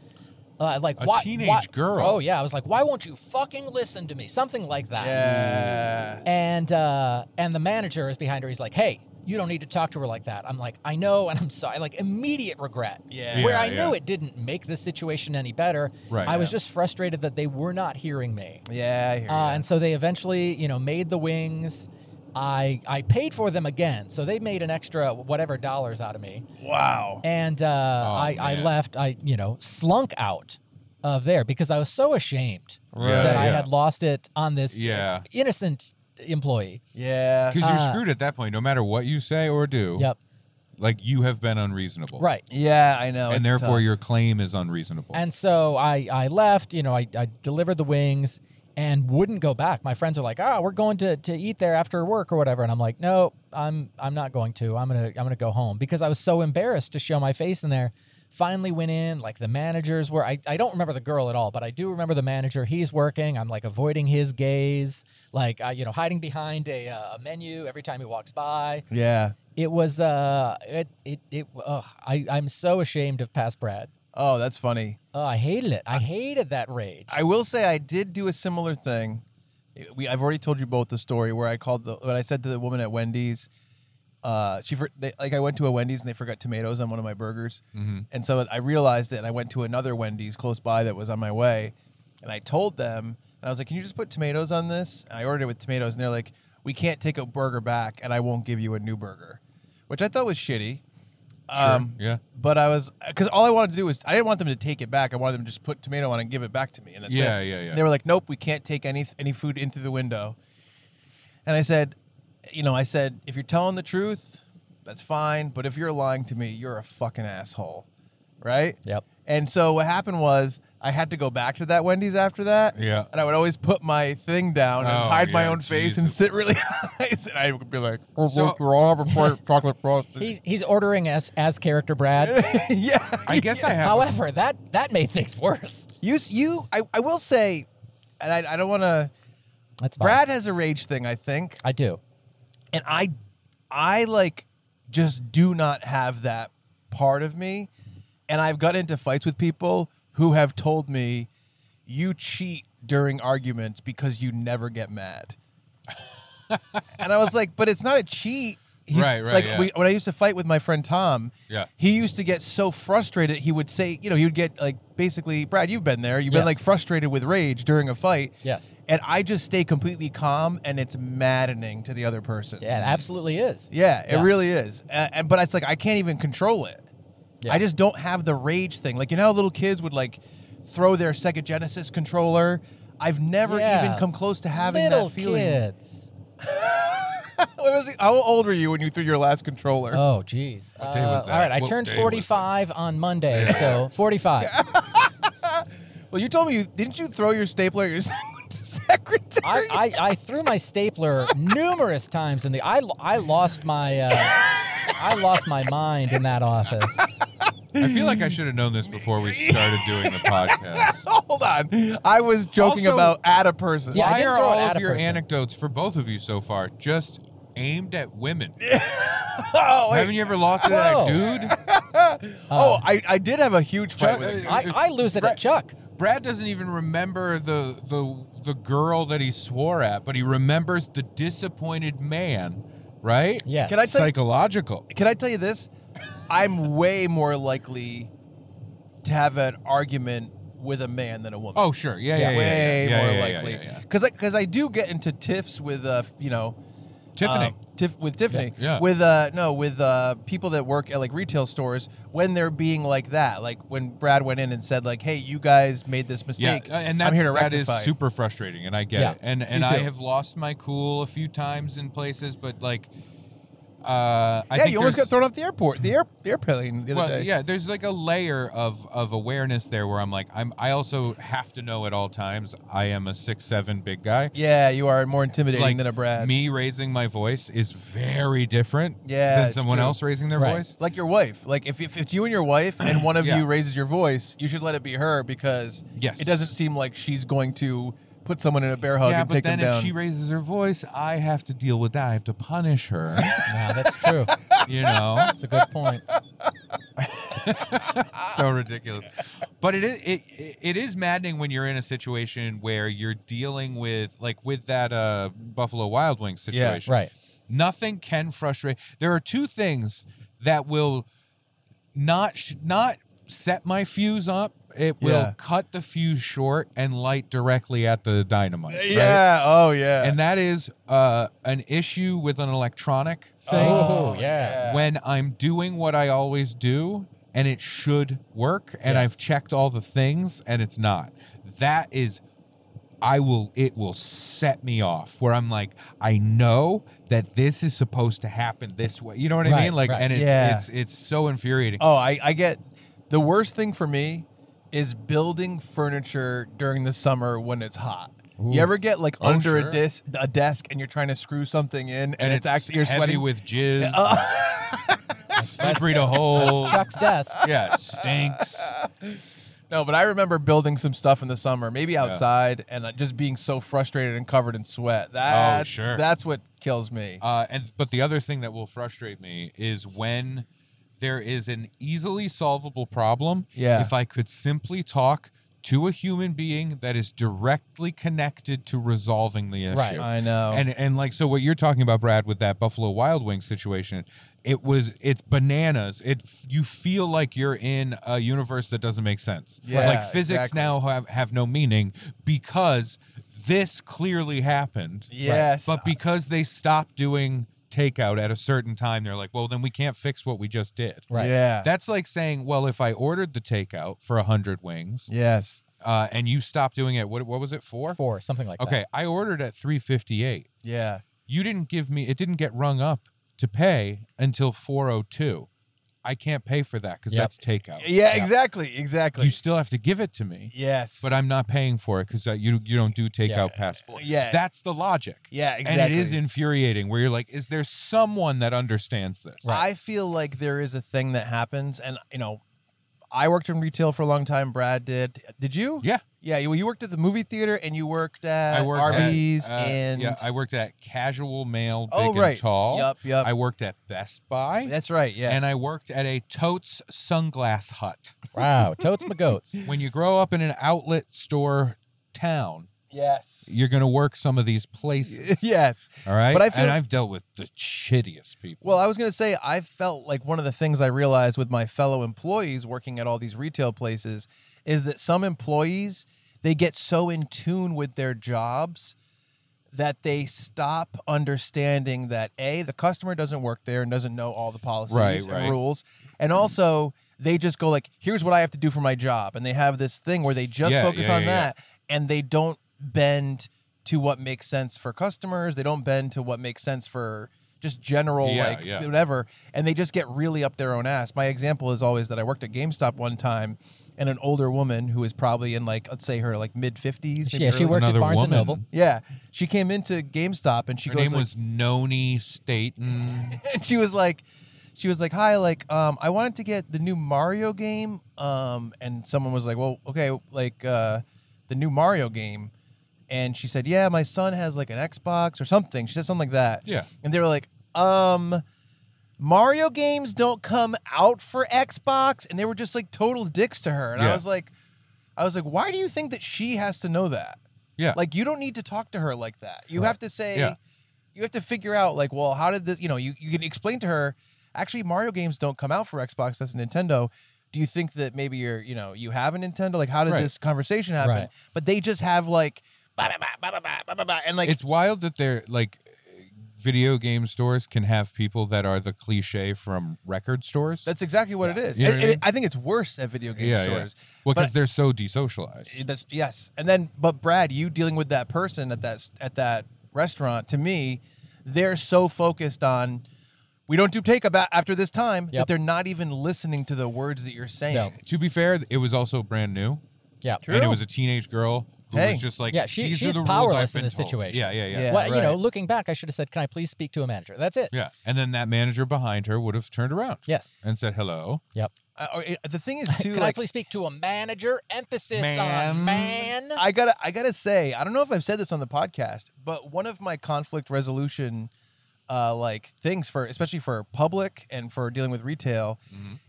Uh, like A why, teenage why- girl. Oh yeah, I was like, why won't you fucking listen to me? Something like that. yeah. And uh, and the manager is behind her. He's like, hey, you don't need to talk to her like that. I'm like, I know, and I'm sorry. Like immediate regret. Yeah. Where Yeah, I yeah. knew it didn't make the situation any better. Right. I was Yeah. just frustrated that they were not hearing me. Yeah, I hear Uh, ya. and so they eventually, you know, made the wings. I I paid for them again, so they made an extra whatever dollars out of me. wow. And uh, I, I Oh, man. left. I you know slunk out of there because I was so ashamed Right, that I yeah. had lost it on this Yeah. innocent employee. Yeah. Because you're screwed at that point, no matter what you say or do. uh, Yep. Like you have been unreasonable. Right. Yeah, I know. and it's therefore tough. your claim is unreasonable. And so I, I left, you know, I, I delivered the wings and wouldn't go back. My friends are like, ah, we're going to, to eat there after work or whatever. And I'm like, no, I'm I'm not going to. I'm gonna I'm gonna go home because I was so embarrassed to show my face in there. Finally went in, like the managers were I, I don't remember the girl at all, but I do remember the manager. He's working. I'm like avoiding his gaze, like uh, you know, hiding behind a, uh, a menu every time he walks by. Yeah. It was uh it it, it ugh, I, I'm so ashamed of past Brad. Oh, that's funny. Oh, I hated it. I hated that rage. I will say I did do a similar thing. We I've already told you both the story where I called the what I said to the woman at Wendy's. Uh, she for, they, like I went to a Wendy's and they forgot tomatoes on one of my burgers, and so I realized it. And I went to another Wendy's close by that was on my way, and I told them and I was like, "Can you just put tomatoes on this?" And I ordered it with tomatoes, and they're like, "We can't take a burger back, and I won't give you a new burger," which I thought was shitty. Sure. yeah. Um, But I was because all I wanted to do was I didn't want them to take it back. I wanted them to just put tomato on it and give it back to me. And that's Yeah, it. yeah, yeah. And they were like, "Nope, we can't take any any food in through the window." And I said, "You know, I said if you're telling the truth, that's fine. But if you're lying to me, you're a fucking asshole, right?" Yep. And so what happened was I had to go back to that Wendy's after that. Yeah. And I would always put my thing down and Oh, hide my yeah, own face and Jesus. sit really high. And I would be like, "Oh, So- look, you all have a plate of chocolate frosting." he's he's ordering us as character Brad. yeah. I guess I have. However, that that made things worse. You, you, I, I will say, and I, I don't want to. That's fine. Brad has a rage thing, I think, I do. and I, I like, just do not have that part of me, and I've gotten into fights with people who have told me, "You cheat during arguments because you never get mad," and I was like, "But it's not a cheat." He's- Right, right, Like yeah. we, when I used to fight with my friend Tom, Yeah. he used to get so frustrated. He would say, you know, he would get like basically, Brad, you've been there. You've been Yes. like frustrated with rage during a fight. Yes. And I just stay completely calm, and it's maddening to the other person. Yeah, it absolutely is. Yeah, it really is. And, and but it's like I can't even control it. Yeah. I just don't have the rage thing. Like you know how little kids would like throw their Sega Genesis controller. I've never Yeah. even come close to having Little that feeling. kids. What was it- how old were you when you threw your last controller? Oh, jeez. What day was Uh, that? All right, I What turned day was that? 45 on Monday, so 45. well, you told me you didn't you throw your stapler at your secretary? I, I, I threw my stapler numerous times in the. I, I lost my. Uh, I lost my mind in that office. I feel like I should have known this before we started doing the podcast. Hold on. I was joking Also- about at a person. Yeah, I Why didn't are throw it all at of a your person. anecdotes for both of you so far just aimed at women? Oh, wait. Haven't you ever lost it Whoa. at a dude? oh, I, I did have a huge Chuck- fight with him. Uh, I, I lose it at Chuck. Brad doesn't even remember the the the girl that he swore at, but he remembers the disappointed man, right? Yes. Can I tell you- Psychological. Can I tell you this? I'm way more likely to have an argument with a man than a woman. Oh, sure. Yeah, yeah, yeah. way yeah, yeah, more yeah, yeah, likely. yeah, yeah. Because I, do get into tiffs with, uh, you know, Tiffany. uh, Tiff, with Tiffany, Yeah, yeah. with uh, no, with uh, people that work at like retail stores when they're being like that, like when Brad went in and said like, "Hey, you guys made this yeah, mistake. uh, and that's, I'm here to that is rectify." it." super frustrating, and I get Yeah. it. And and Me I too. have lost my cool a few times in places, but like, uh, I yeah, think you almost there's- got thrown off the airport, the air airplane the other well, day. yeah, there's like a layer of of awareness there where I'm like, I'm I also have to know at all times I am a six seven big guy. yeah, you are more intimidating than a Brad. Me raising my voice is very different Yeah, than it's someone true. else raising their Right. voice. like your wife. Like if, if it's you and your wife, and one of Yeah. you raises your voice, you should let it be her because Yes. it doesn't seem like she's going to put someone in a bear hug yeah, and but take them then down. if she raises her voice, I have to deal with that. I have to punish her. No, that's true. you know, That's a good point. so ridiculous. But it is it it is maddening when you're in a situation where you're dealing with like with that uh Buffalo Wild Wings Yeah, situation. Right. Nothing can frustrate. There are two things that will not sh- not set my fuse up. It will Yeah. cut the fuse short and light directly at the dynamite. right? yeah. Oh yeah. And that is uh, an issue with an electronic thing Oh, yeah. when I'm doing what I always do and it should work and Yes. I've checked all the things and it's not. That is I will it will set me off where I'm like I know that this is supposed to happen this way. You know what I Right, mean? Like right. and it's Yeah. it's it's so infuriating. oh, I, I get the worst thing for me is building furniture during the summer when it's hot. You ever get like Oh, under sure. a disc a desk and you're trying to screw something in and, and it's, actually you're heavy sweating with jizz. slippery to hold. Chuck's desk. Yeah, it stinks. No, but I remember building some stuff in the summer, maybe outside, and uh, just being so frustrated and covered in sweat. That, Oh, sure. That's what kills me. Uh, and but the other thing that will frustrate me is when there is an easily solvable problem. Yeah. If I could simply talk to a human being that is directly connected to resolving the issue. Right. I know. Uh, And and like so what you're talking about, Brad, with that Buffalo Wild Wings situation, it was it's bananas. It you feel like you're in a universe that doesn't make sense. Yeah, like physics exactly. now have, have no meaning because this clearly happened. Yes. But because they stopped doing takeout at a certain time, they're like, well, then we can't fix what we just did. Right. Yeah. That's like saying, well, if I ordered the takeout for 100 wings yes. uh, and you stopped doing it, what, what was it for? Four, something like Okay, I ordered at 358. Yeah. You didn't give me, it didn't get rung up to pay until 402. I can't pay for that because Yep. that's takeout. Yeah. Exactly. Exactly. You still have to give it to me, yes. but uh, I'm not paying for it because uh, you, you don't do takeout past four. Yeah. That's the logic. yeah. Exactly. And it is infuriating where you're like, is there someone that understands this? I feel like there is a thing that happens, and you know, I worked in retail for a long time. Brad did. Did you? Yeah. Yeah. You, you worked at the movie theater, and you worked at I worked Arby's at, uh, and yeah, I worked at Casual Mail, Big Oh, right. and Tall. Yup, yup. I worked at Best Buy, that's right. Yes. and I worked at a Totes Sunglass Hut. that. Wow. Totes my goats. when you grow up in an outlet store town, yes. you're going to work some of these places. yes. All right. But I feel- and I've dealt with the shittiest people. Well, I was going to say, I felt like one of the things I realized with my fellow employees working at all these retail places is that some employees, they get so in tune with their jobs that they stop understanding that A, the customer doesn't work there and doesn't know all the policies Right, and right. rules. And also, they just go like, here's what I have to do for my job. And they have this thing where they just Yeah, focus yeah, on yeah, yeah. that and they don't bend to what makes sense for customers. They don't bend to what makes sense for just general Yeah, like yeah. whatever, and they just get really up their own ass. My example is always that I worked at GameStop one time, and an older woman who is probably in like let's say her like mid fifties. Yeah, she worked Another at Barnes woman. and Noble. Yeah, she came into GameStop and she Her goes name like- was Noni Staten. and she was like she was like, "Hi, like, um, I wanted to get the new Mario game." Um, and someone was like, "Well, okay, like, uh, the new Mario game." And she said, "Yeah, my son has like an Xbox or something." She said something like that. Yeah. And they were like, "Um, Mario games don't come out for Xbox," and they were just like total dicks to her. And I Yeah. was like, "I was like, why do you think that she has to know that?" Yeah. Like you don't need to talk to her like that. You have to say Yeah. you have to figure out like, well, how did this you know, you, you can explain to her, actually Mario games don't come out for Xbox, that's Nintendo. Do you think that maybe you're you know, you have a Nintendo? Like how did Right. this conversation happen? Right. But they just have like bah, bah, bah, bah, bah, bah, bah, bah, bah, and like it's wild that they're like video game stores can have people that are the cliche from record stores. that's exactly what it is. You know And- what I mean? and I think it's worse at video game yeah, stores. yeah. Well, But- because they're so desocialized. That's yes. And then, but Brad, you dealing with that person at that at that restaurant. To me, they're so focused on we don't do take about after this time that Yep. they're not even listening to the words that you're saying. No. To be fair, it was also brand new, Yeah. and it was a teenage girl who Hey. was just like, Yeah, she- These she's are the powerless rules I've in been this told." situation. Yeah, yeah, yeah, Yeah. yeah, well, you know, right. looking back, I should have said, "Can I please speak to a manager?" That's it. And then that manager behind her would have turned around, Yes. and said hello. Yep. Uh, or it- the thing is too, Can I like, please speak to a manager? Emphasis on Ma'am. man. I gotta I gotta say, I don't know if I've said this on the podcast, but one of my conflict resolution uh, like things for especially for public and for dealing with retail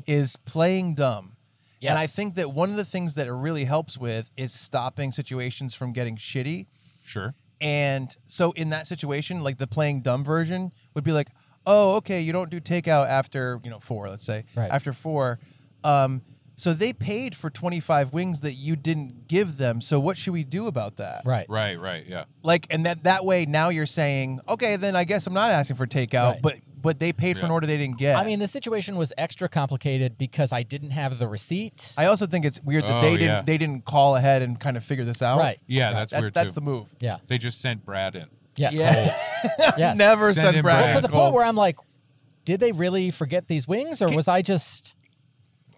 is playing dumb. And I Yes. think that one of the things that it really helps with is stopping situations from getting shitty. Sure. And so in that situation, like the playing dumb version would be like, oh, okay, you don't do takeout after, you know, four, let's say, Right. after four. Um, so they paid for 25 wings that you didn't give them. So what should we do about that? right. Right. Right. Yeah. Like, and that, that way now you're saying, okay, then I guess I'm not asking for takeout, Right. but, but they paid for an Yeah. order they didn't get. I mean, the situation was extra complicated because I didn't have the receipt. I also think it's weird that Oh, they didn't, yeah. they didn't call ahead and kind of figure this out. Right. Yeah. Right. That's That- weird. that's too. the move. Yeah. They just sent Brad in. Yes. yes. Never Send send, him Brad. back. Well, to the Cole. point where I'm like, did they really forget these wings, or was I just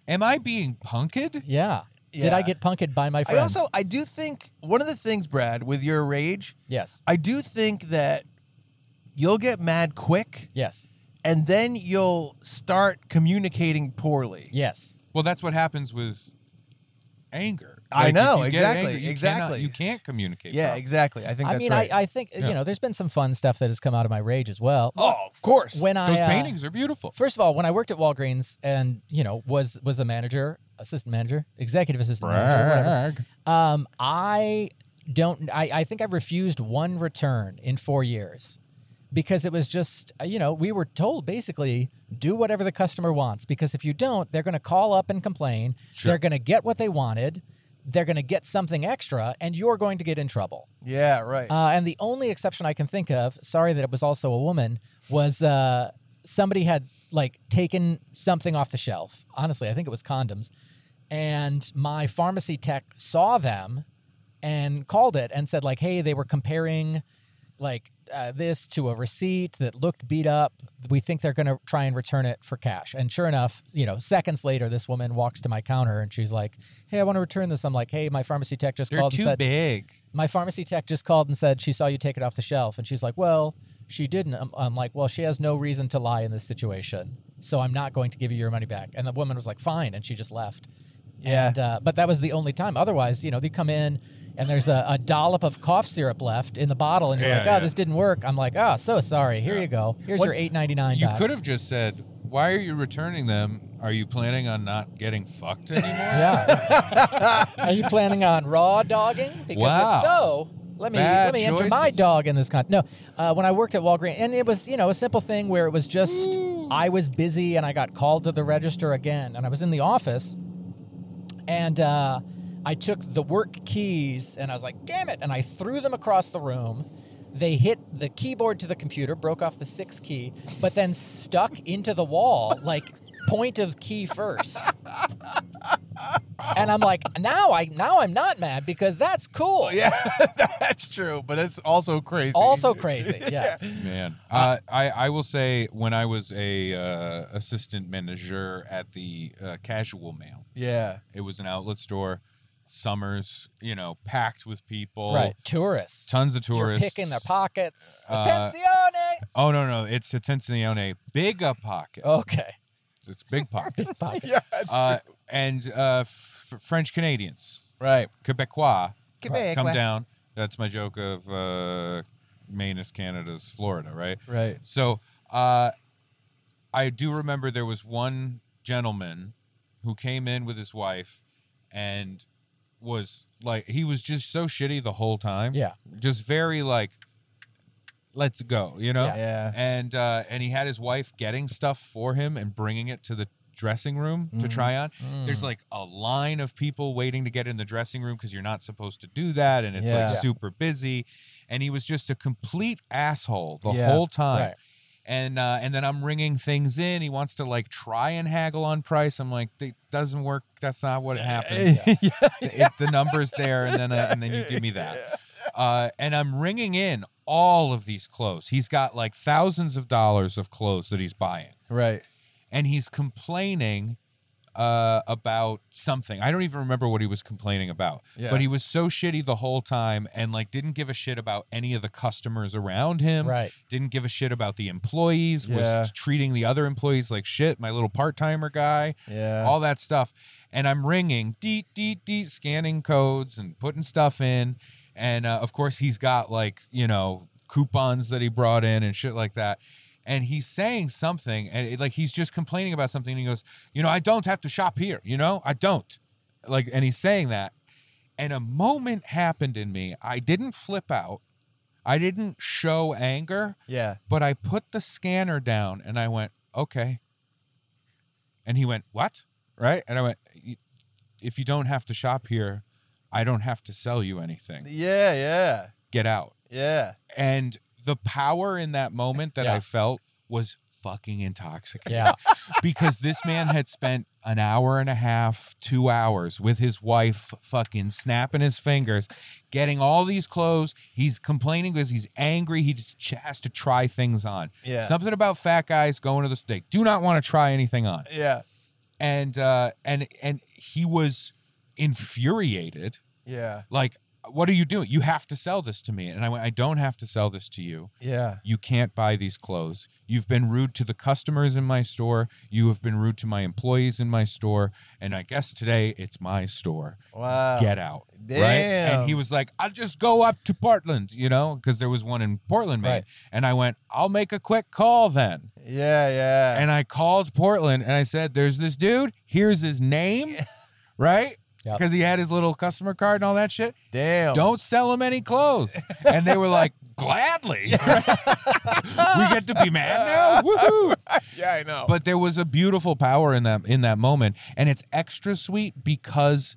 Am I being punked? yeah? Did Yeah. I get punked by my I friends? also I do think one of the things, Brad, with your rage, yes. I do think that you'll get mad quick Yes. and then you'll start communicating poorly. Yes. Well, that's what happens with anger. I know, if you get exactly, angry, you exactly. Cannot, you can't communicate. Yeah, properly. exactly. I think I that's mean, right. I, I think Yeah. you know, there's been some fun stuff that has come out of my rage as well. oh, of course. when I Those uh, paintings are beautiful. First of all, when I worked at Walgreens and you know was was a manager, assistant manager, executive assistant manager, whatever, um, I don't. I, I think I refused one return in four years because it was just uh, you know we were told basically do whatever the customer wants because if you don't, they're going to call up and complain. They're going to get what they wanted. They're going to get something extra, and you're going to get in trouble. yeah, right. Uh, and the only exception I can think of, sorry that it was also a woman, was uh, somebody had like taken something off the shelf. Honestly, I think it was condoms. And my pharmacy tech saw them and called it and said like, "Hey, they were comparing like uh, this to a receipt that looked beat up. We think they're going to try and return it for cash." And sure enough, you know, seconds later, this woman walks to my counter and she's like, "Hey, I want to return this." I'm like, "Hey, my pharmacy tech just They're called too and said." big. my pharmacy tech just called and said she saw you take it off the shelf and she's like well she didn't i'm, I'm like well she has no reason to lie in this situation so i'm not going to give you your money back and the woman was like fine and she just left Yeah. and, uh, but that was the only time otherwise you know they come in and there's a, a dollop of cough syrup left in the bottle and you're Yeah, like oh yeah. this didn't work i'm like oh so sorry here you go here's What- your 899 You back. could have just said, "Why are you returning them? Are you planning on not getting fucked anymore?" yeah are you planning on raw dogging because Wow. if so let me let Bad me enter my choices. dog in this con no uh, when i worked at walgreens and it was you know a simple thing where it was just i was busy and i got called to the register again and i was in the office and uh, I took the work keys and I was like, damn it. And I threw them across the room. They hit the keyboard to the computer, broke off the six key, but then stuck into the wall, like point of key first. and I'm like, now I now I'm not mad because that's cool. Oh, yeah, that's true, but it's also crazy. Also crazy. Yes. Man, uh, I I will say when I was a uh, assistant manager at the uh, Casual Mail, Yeah. it was an outlet store. Summers, you know, packed with people, Right. Tourists. Tons of You're tourists. picking their pockets. Uh, Attenzione. Oh no, no, it's Attenzione Big a pocket. Okay. It's big pockets. Pocket. Yeah. that's- uh, and uh, f- French Canadians, right. Quebecois, Quebec, come what? down. That's my joke of uh, Maine is Canada's Florida, right? Right. So uh, I do remember there was one gentleman who came in with his wife and was like, he was just so shitty the whole time. Yeah. Just very like, let's go, you know? Yeah. Yeah. and uh, and he had his wife getting stuff for him and bringing it to the dressing room Mm-hmm. to try on. Mm. There's like a line of people waiting to get in the dressing room because you're not supposed to do that, and it's Yeah. like super busy. And he was just a complete asshole the Yeah. whole time. Right. And uh, and then I'm ringing things in. He wants to like try and haggle on price. I'm like, it doesn't work. That's not what happens. Yeah. If the number's there, and then uh, and then you give me that. Uh, and I'm ringing in all of these clothes. He's got like thousands of dollars of clothes that he's buying, Right. and he's complaining uh, about something. I don't even remember what he was complaining about, Yeah. but he was so shitty the whole time, and like didn't give a shit about any of the customers around him. Right. Didn't give a shit about the employees. Yeah. Was treating the other employees like shit. My little part timer guy Yeah. all that stuff. And I'm ringing, deet, deet, deet, scanning codes and putting stuff in. And uh, of course, he's got like, you know, coupons that he brought in and shit like that. And he's saying something, and it, like he's just complaining about something. And he goes, You know, I don't have to shop here. You know, I don't. Like, and he's saying that. And a moment happened in me. I didn't flip out, I didn't show anger. yeah. But I put the scanner down and I went, okay. And he went, what? Right? And I went, "Y- if you don't have to shop here, I don't have to sell you anything. Yeah. Yeah. Get out. Yeah. And the power in that moment that Yeah. I felt was fucking intoxicating. Yeah. because this man had spent an hour and a half, two hours with his wife, fucking snapping his fingers, getting all these clothes. He's complaining because he's angry. He just ch- has to try things on. Yeah. Something about fat guys going to the steak. Do not want to try anything on. Yeah. And uh, and and he was infuriated. Yeah. Like, what are you doing? You have to sell this to me. And I went, I don't have to sell this to you Yeah. you can't buy these clothes. You've been rude to the customers in my store. You have been rude to my employees in my store. And I guess today it's my store. Wow. Get out. Right? Oh. Damn. And he was like, I'll just go up to Portland, you know, because there was one in Portland, Maine. Right. And I went, I'll make a quick call then. Yeah. Yeah. And I called Portland and I said, There's this dude. Here's his name. right? Yep. Oh. Because he had his little customer card and all that shit Damn. don't sell him any clothes. And they were like, gladly. we get to be mad now. Woohoo. Yeah, I know. But there was a beautiful power in that in that moment. And it's extra sweet because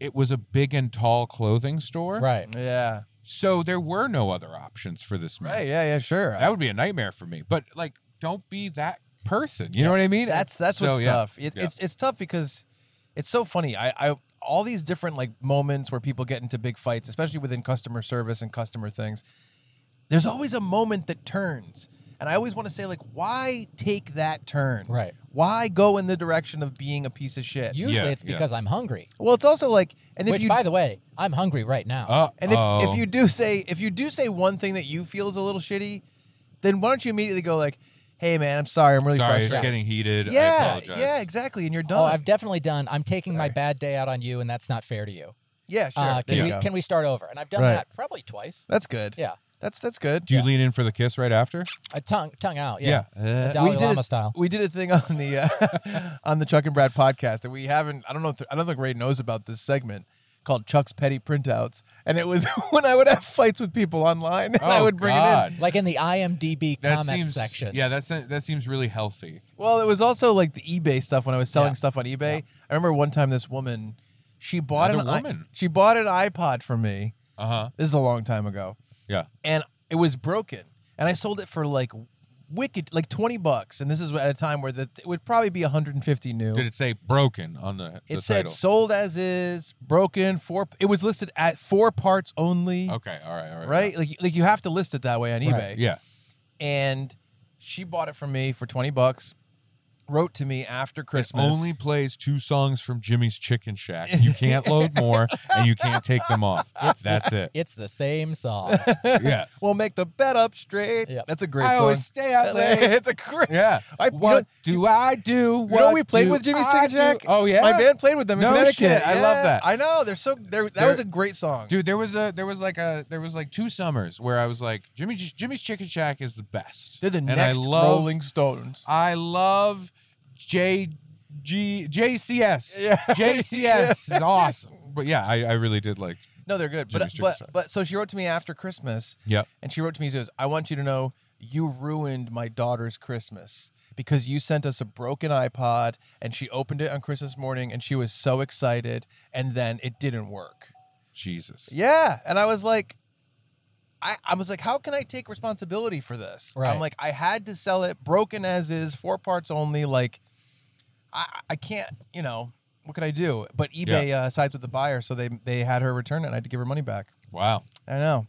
it was a big and tall clothing store. right. yeah. So there were no other options for this man. Right. Yeah. Yeah. Sure. That would be a nightmare for me. But like, don't be that person. You know what I mean? That's that's So, what's yeah. tough. It, Yeah. It's it's tough because it's so funny. I, I all these different like moments where people get into big fights, especially within customer service and customer things. There's always a moment that turns, and I always want to say like, why take that turn? Right. Why go in the direction of being a piece of shit? Usually Yeah, it's yeah. because I'm hungry. well, it's also like, and if Which, you by the way, I'm hungry right now. Uh, and if, if you do say if you do say one thing that you feel is a little shitty, then why don't you immediately go like, hey man, I'm sorry, I'm really sorry, it's frustrated. getting heated. I yeah, apologize. yeah, exactly, and you're done. oh, I've definitely done. I'm taking my Sorry. bad day out on you, and that's not fair to you. yeah, sure. Uh, There can you we go. can we start over? And I've done Right. that probably twice. That's good. Yeah. That's that's good. Do you lean in for the kiss right after? A tongue tongue out. Yeah. Yeah. Uh, A Dalai Uh, we did Lama a, style. We did a thing on the uh, on the Chuck and Brad podcast that we haven't. I don't know. If I don't think Ray knows about this segment called Chuck's Petty Printouts, and it was when I would have fights with people online, and I Oh, would bring God. it in. Like in the IMDb That comment seems, section. Yeah, that's that seems really healthy. Well, it was also like the eBay stuff when I was selling Yeah. stuff on eBay. I remember one time this woman, she bought Another an i- woman. she bought an iPod from me. Uh huh. This is a long time ago. Yeah. and it was broken. And I sold it for like wicked, like twenty bucks. And this is at a time where the, it would probably be 150 new. Did it say broken on the, the It said title? sold as is, broken four. It was listed at four parts only. okay. All right. All right. Right, like like you have to list it that way on eBay. Right. Yeah. And she bought it from me for twenty bucks, wrote to me after Christmas. Only plays two songs from Jimmy's Chicken Shack. You can't load more, and you can't take them off. It's the That's s- it. It's the same song. Yeah. we'll make the bed up straight. Yep. That's a great I song. always stay out late. it's a great. Yeah. I- you what do I do? You What know we played do with Jimmy's I Chicken Shack? do? Oh yeah. My band played with them in No Connecticut. shit, I love Yeah, that. I know. They're so they're, that They're- was a great song. Dude, there was a there was like a there was like two summers where I was like Jimmy Jimmy's Chicken Shack is the best. They're the and next I love, Rolling Stones. I love J G JCS. Yeah. JCS is awesome. But yeah, I, I really did like. no, they're good. Jimmy's But Chicken but, Shack. but so she wrote to me after Christmas Yep. and she wrote to me she goes, "I want you to know you ruined my daughter's Christmas." Because you sent us a broken iPod and she opened it on Christmas morning and she was so excited and then it didn't work. Jesus. Yeah, and I was like, I, I was like, how can I take responsibility for this? Right. I'm like, I had to sell it, broken as is, four parts only. Like, I I can't, you know, what could I do? But eBay uh, sides with the buyer, so they they had her return it. and I had to give her money back. Wow. I know,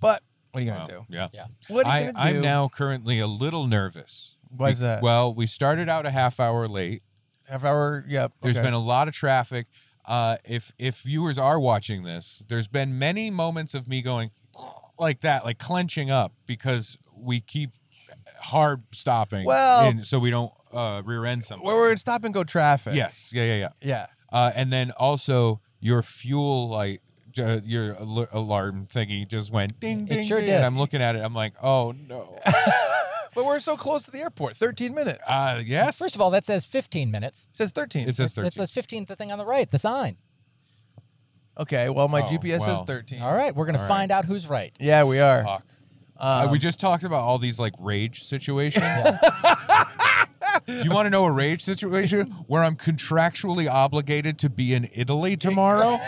but what are you gonna Wow. do? Yeah. Yeah. What are you I, gonna do? I'm now currently a little nervous. Why is Be- that? Well, we started out a half hour late. Half hour. Yep. There's okay. been a lot of traffic. Uh, if if viewers are watching this, there's been many moments of me going like that, like clenching up because we keep hard stopping. Well- in- so we don't uh, rear end something. where we're in stop and go traffic. yes, yeah, yeah, yeah. Yeah. Uh, and then also your fuel light, uh, your al- alarm thingy just went ding, ding, sure ding. did. I'm looking at it. I'm like, oh no. But we're so close to the airport. 13 minutes. uh, yes. First of all, that says 15 minutes. it says 13. it says It 13. says 15, the thing on the right, the sign. okay. Well, my Oh, GPS says wow. 13. All right, we're going to All right. find out who's right. Yeah, we are. Fuck. Uh, we just talked about all these like rage situations. you want to know a rage situation where I'm contractually obligated to be in Italy tomorrow,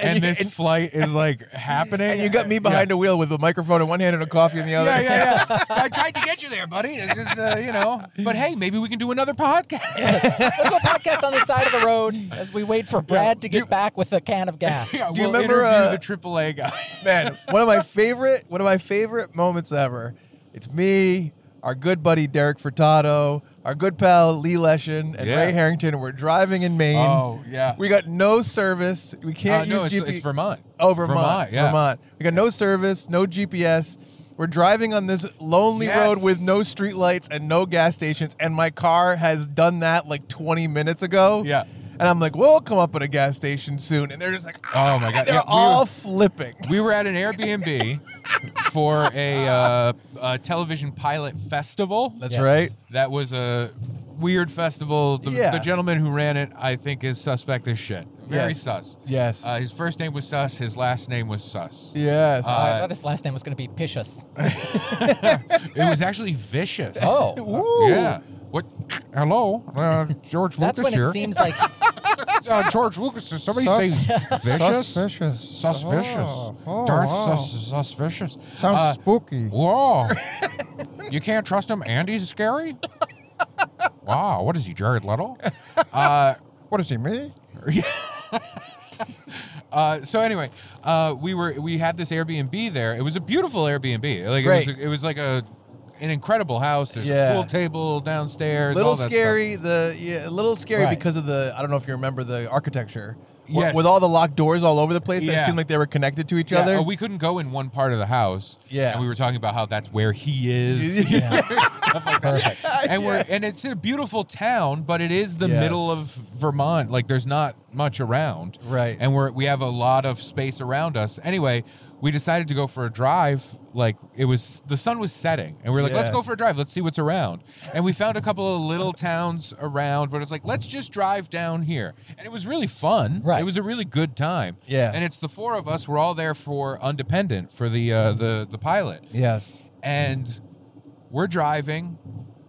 and this flight is like happening, And you got me behind a wheel with a microphone in one hand and a coffee in the other. Yeah, yeah, yeah. I tried to get you there, buddy. It's just uh, you know. But hey, maybe we can do another podcast. Let's do a podcast on the side of the road as we wait for Brad to get back with a can of gas. Yeah, Do you we'll remember, interview uh, the AAA guy? Man, one of my favorite, one of my favorite moments ever. It's me, our good buddy Derek Furtado, our good pal Lee Leshin, and Yeah. Ray Harrington. and We're driving in Maine. Oh, yeah. We got no service. We Uh, can't no, use it's, GPS. it's Vermont. Oh, Vermont. Vermont. Yeah. Vermont. We got no service, no GPS. We're driving on this lonely Yes. road with no streetlights and no gas stations, and my car has done that like 20 minutes ago. Yeah. And I'm like, we'll come up at a gas station soon. And they're just like, "Ah," Oh my god. they're Yeah, we were- all flipping. we were at an Airbnb for a, uh, a television pilot festival. That's Yes. right. That was a weird festival. The, Yeah. the gentleman who ran it, I think, is suspect as shit. Very Yes. sus. Yes. Uh, his first name was Sus. His last name was Sus. yes. Uh, Oh, I thought his last name was going to be Pishus. It was actually vicious. Oh, Ooh. Yeah. What? Hello, uh, George that's Lucas when it here. seems like uh, George Lucas. Did somebody Sus- say vicious? Suspicious. Oh, Sus Oh, vicious. Darth sus, sus vicious. Sounds Uh, spooky. Whoa. you can't trust him? Andy's scary? Wow, what is he, Jared Leto? Uh, What is he, me? uh, so anyway, uh, we were we had this Airbnb there. It was a beautiful Airbnb. Like it Great. was, it was like a an incredible house. There's Yeah. a pool table downstairs. all little that stuff. scary. The yeah, a little scary Right. because of the. I don't know if you remember the architecture. W- Yes. With all the locked doors all over the place, that Yeah. seemed like they were connected to each Yeah, other. oh, we couldn't go in one part of the house. Yeah. and we were talking about how that's where he is. Stuff like that. perfect. and we're and it's a beautiful town, but it is the Yes. middle of Vermont. Like there's not much around. Right. And we're we have a lot of space around us. Anyway, we decided to go for a drive. Like it was the sun was setting, and we are like, let's Yeah. go for a drive. Let's see what's around. And we found a couple of little towns around, but it's like let's just drive down here. And it was really fun. Right. It was a really good time. Yeah. And it's the four of us. We're all there for Undependent for the uh, the the pilot yes. and we're driving.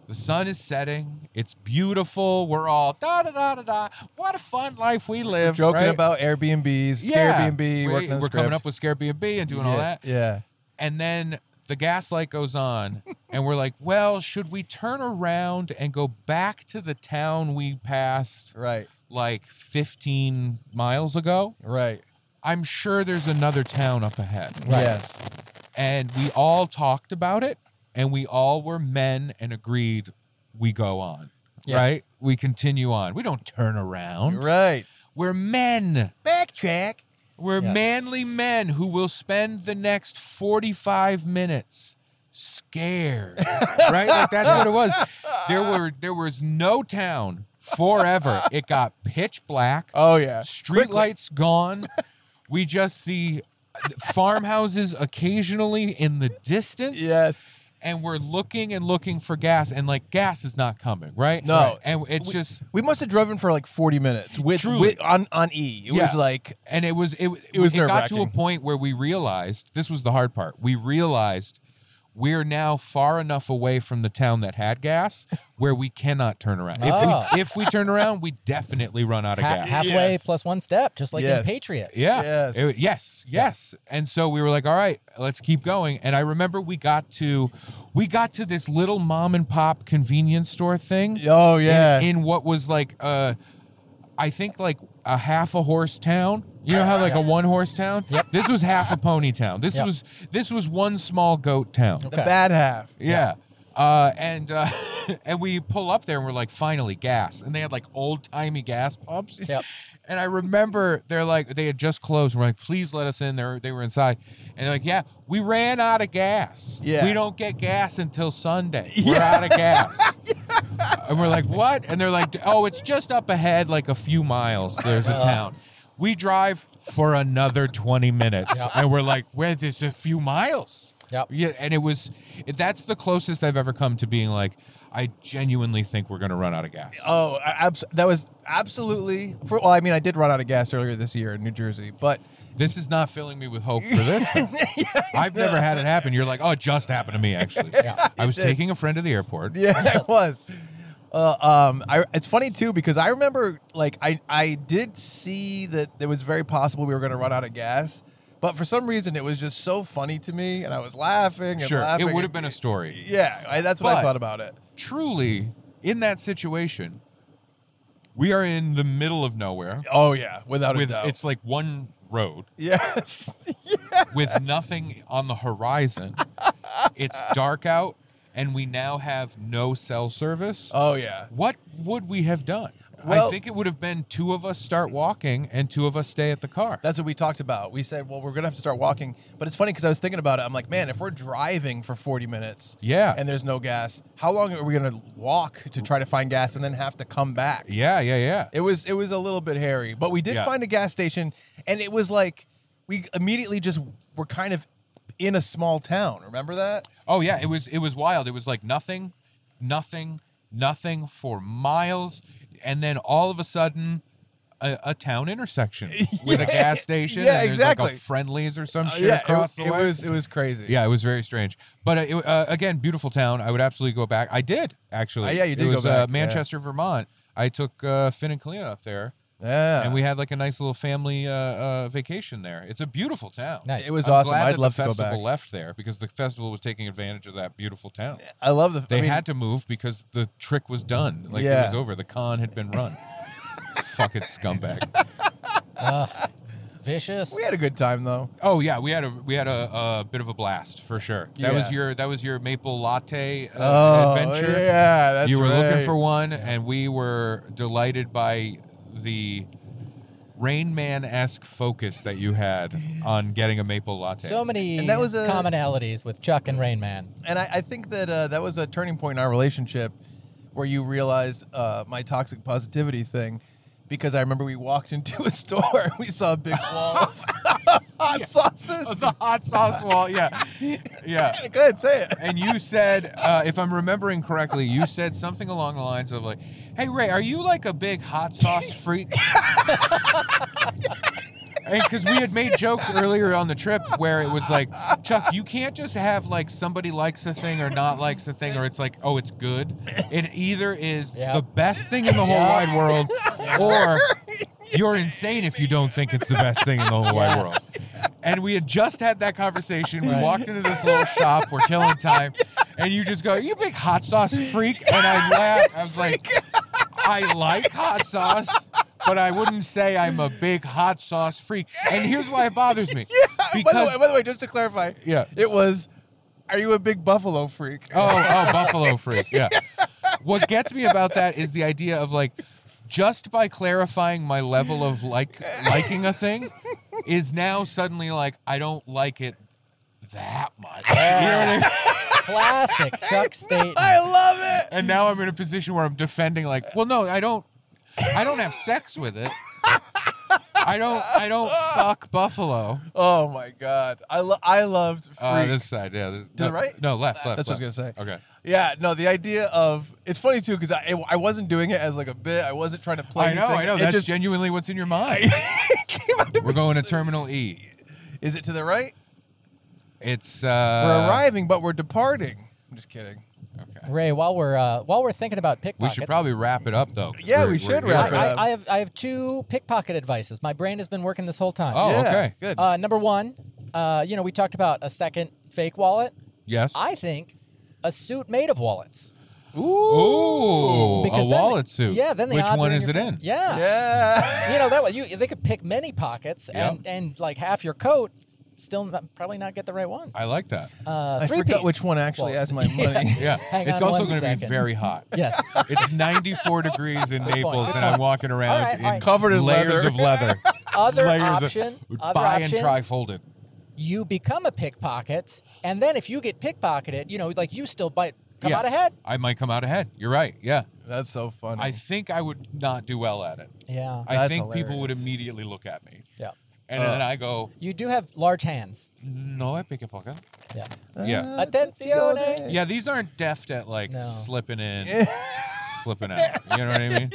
The sun is setting. It's beautiful. We're all da da da da da. What a fun life we live. Joking right? about Airbnbs, yeah. Airbnb, We, working on are the coming script. up with Scare Airbnb and doing all Yeah, that. Yeah. And then the gas light goes on, and we're like, well, should we turn around and go back to the town we passed Right. like 15 miles ago? Right. I'm sure there's another town up ahead Yes. and we all talked about it and we all were men and agreed we go on Yes. right? We continue on. We don't turn around. Right. We're men. Backtrack. We're Yes. manly men who will spend the next 45 minutes scared. right? Like that's what it was. There were there was no town forever. It got pitch black. Oh yeah. Street lights gone. We just see farmhouses occasionally in the distance. Yes. And we're looking and looking for gas and like gas is not coming, right? No. Right. And it's just We must have driven for like 40 minutes with, Truly. with on on E. It was Yeah. like and it was it, it It was was it got to a nerve-wracking. point where we realized this was the hard part. We realized we're now far enough away from the town that had gas where we cannot turn around. Ah. If Oh. we if we turn around, we definitely run out of Ha- gas. halfway Yes. plus one step, just like in Yes. Patriot. Yeah. Yes. It- yes. Yes. And so we were like, all right, let's keep going. And I remember we got to we got to this little mom and pop convenience store thing. oh yeah. in, E. in what was like uh I think like a half a horse town. You know how like a one horse town? This was half a pony town. This Yep. was this was one small goat town. the okay. bad half. Yeah. Uh, and uh, and we pull up there and we're like, finally, gas. And they had like old timey gas pumps. Yep. And I remember they're like, they had just closed. We're like, please let us in. They were, they were inside. And they're like, yeah, we ran out of gas. Yeah. We don't get gas until Sunday. We're out of gas. And we're like, what? And they're like, oh, it's just up ahead, like a few miles. There's a town. We drive for another 20 minutes. And we're like, where there's a few miles. Yep. Yeah, and it was that's the closest I've ever come to being like, I genuinely think we're gonna run out of gas. Oh, I- abs- that was absolutely. For, well, I mean, I did run out of gas earlier this year in New Jersey, but This is not filling me with hope for this. thing. I've never had it happen. You're like, oh, it just happened to me actually. I was taking a friend to the airport. yeah, it was. Uh, um, I, it's funny too because I remember like I I did see that it was very possible we were going to run out of gas, but for some reason it was just so funny to me, and I was laughing. And Sure, it laughing. would have been a story. Yeah, I, that's what I But- thought about it. Truly, in that situation, we are in the middle of nowhere. Oh yeah, without With a doubt. it's like one road yes. with nothing on the horizon. it's dark out, and we now have no cell service. oh yeah. what would we have done? I Well- think it would have been two of us start walking and two of us stay at the car. That's what we talked about. We said, well, we're gonna have to start walking. But it's funny because I was thinking about it. I'm like, man, if we're driving for 40 minutes, Yeah. and there's no gas, how long are we gonna walk to try to find gas and then have to come back? yeah, yeah, yeah. It was it was a little bit hairy, but we did Yeah. find a gas station, and it was like we immediately just were kind of in a small town. Remember that? oh yeah, it was it was wild. It was like nothing, nothing, nothing for miles, and then all of a sudden, a, a town intersection with a gas station. Yeah, and there's Like exactly. Uh, a Friendlies or some shit yeah, across it, the way. it was it was crazy. yeah, it was very strange, but uh, it, uh, again, beautiful town. I would absolutely go back. I did actually. Oh, yeah, you did It go was Uh, back, yeah. Manchester, Vermont. I took uh, Finn and Kalina up there. yeah. and we had like a nice little family uh, uh, vacation there. It's a beautiful town. Nice. it was I'm awesome. glad I'd that love the to go festival back. left there because the festival was taking advantage of that beautiful town. I love the. They I mean, had to move because the trick was done. Like it Yeah. was over. The con had been run. Fucking scumbag. It's vicious. We had a good time though. Oh yeah, we had a we had a, a bit of a blast for sure. That was Yeah. your that was your maple latte uh, Oh, adventure. yeah, that's you were looking right. for one, and we were delighted by the Rain Man esque focus that you had on getting a maple latte. So many And that was a- commonalities with Chuck and Rain Man. and I, I think that uh, that was a turning point in our relationship where you realized uh, my toxic positivity thing because I remember we walked into a store and we saw a big wall of hot sauces. the hot sauce wall, yeah, yeah. Go ahead, say it. And you said, uh, if I'm remembering correctly, you said something along the lines of like, "Hey Ray, are you like a big hot sauce freak?" Because we had made jokes earlier on the trip where it was like, Chuck, you can't just have like somebody likes a thing or not likes a thing, or it's like, oh, it's good. It either is Yeah. the best thing in the whole wide world, or you're insane if you don't think it's the best thing in the whole wide world. Yes. And we had just had that conversation. We walked into this little shop. We're killing time. And you just go, you big hot sauce freak. And I laughed. I was like, I like hot sauce, but I wouldn't say I'm a big hot sauce freak. And here's why it bothers me. by, the because, way, by the way, just to clarify, Yeah. it was, are you a big buffalo freak? oh, oh, buffalo oh, freak. Yeah. what gets me about that is the idea of like just by clarifying my level of like liking a thing is now suddenly like I don't like it that much. You know what I mean? Classic Chuck Staten. I love it. And now I'm in a position where I'm defending like, well no, I don't I don't have sex with it. I don't I don't fuck buffalo. Oh my god, I lo- I loved freak. Uh, this side, yeah. This, the no, right? No, left, left. That's what I was left. gonna say. Okay. yeah, no, the idea of it's funny too because I I wasn't doing it as like a bit. I wasn't trying to play. I know, anything. I know. It That's just genuinely what's in your mind. came out of We're me going to so- Terminal E. Is it to the right? It's uh we're arriving, but we're departing. I'm just kidding. Okay. Ray, while we're uh, while we're thinking about We pickpockets, should probably wrap it up though. 'cause Yeah, we're- we we're should here. wrap I, it up. I, I have I have two pickpocket advices. My brain has been working this whole time. Oh, Yeah, okay. Good. Uh, number one, uh, you know, we talked about a second fake wallet. Yes. I think a suit made of wallets. Ooh, Because a then- wallet suit. Yeah, then the Which odds one are in is your it favor. in? Yeah. yeah. You know that way you they could pick many pockets and and like half your coat, still not, probably not get the right one. I like that. Uh, I three forgot piece which one actually wallets. has my money. yeah, Hang it's on also one going to be second. very hot. Yes. It's 94 degrees in Naples, and I'm walking around All right, in all right. Covered in layers leather. of leather. Other layers option- Of, other buy option- and trifolded. you become a pickpocket, and then if you get pickpocketed, you know, like you still bite come Yeah. out ahead. I might come out ahead. You're right. Yeah. That's so funny. I think I would not do well at it. Yeah. I That's think people would hilarious. immediately look at me. yeah. And Uh. then I go, You do have large hands. no, I pick a pocket. Yeah. Uh, Yeah. Attenzione. Yeah, these aren't deft at like No. slipping in, slipping out. You know what I mean?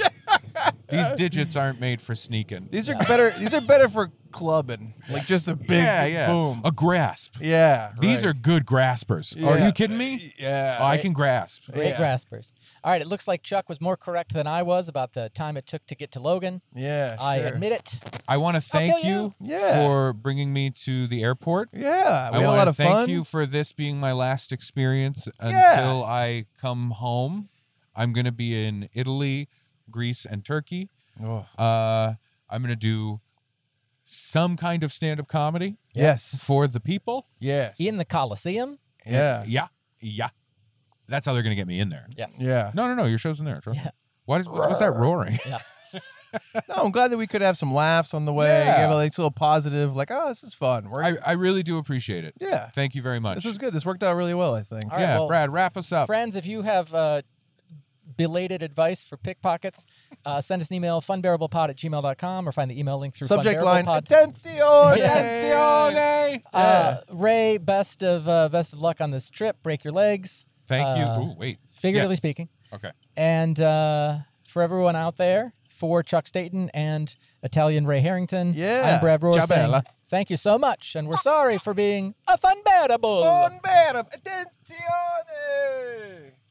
These digits aren't made for sneaking. These are Yeah. better. These are better for clubbing. Like just a big yeah, yeah. boom. A grasp. Yeah. These are right. good graspers. Are Yeah. you kidding me? Yeah. Oh, I can grasp. Great Yeah. graspers. All right, it looks like Chuck was more correct than I was about the time it took to get to Logan. Yeah. I sure. admit it. I want to thank kill you you. Yeah. for bringing me to the airport. Yeah. We I had a want lot to of thank fun. you for this being my last experience Yeah. until I come home. I'm going to be in Italy, Greece, and Turkey. Oh, Uh, I'm going to do some kind of stand up comedy Yes. for the people. Uh, yes. In the Coliseum. Yeah. Yeah. Yeah. That's how they're going to get me in there. Yes. Yeah. No, no, no. Your show's in there. Trust me. Yeah. Why does, what's that roaring? Yeah. No, I'm glad that we could have some laughs on the way. Yeah. Yeah. But like, it's a little positive. Like, oh, this is fun. We're, I, I really do appreciate it. yeah. Thank you very much. This is good. This worked out really well, I think. All right, yeah, well, Brad, wrap us up. Friends, if you have uh, belated advice for pickpockets, uh, send us an email, funbearablepod at gmail.com, or find the email link through Subject line: funbearablepod. Attenzione. Attenzione! Uh, Ray, best of uh, best of luck on this trip. Break your legs, Thank Uh, you. Ooh, wait. figuratively Yes. speaking. Okay. And uh, for everyone out there, for Chuck Staten and Italian Ray Harrington, Yeah. I'm Brad Rohr Ciao, saying bella. thank you so much, and we're sorry for being unbearable. Buon verbo. Attenzione.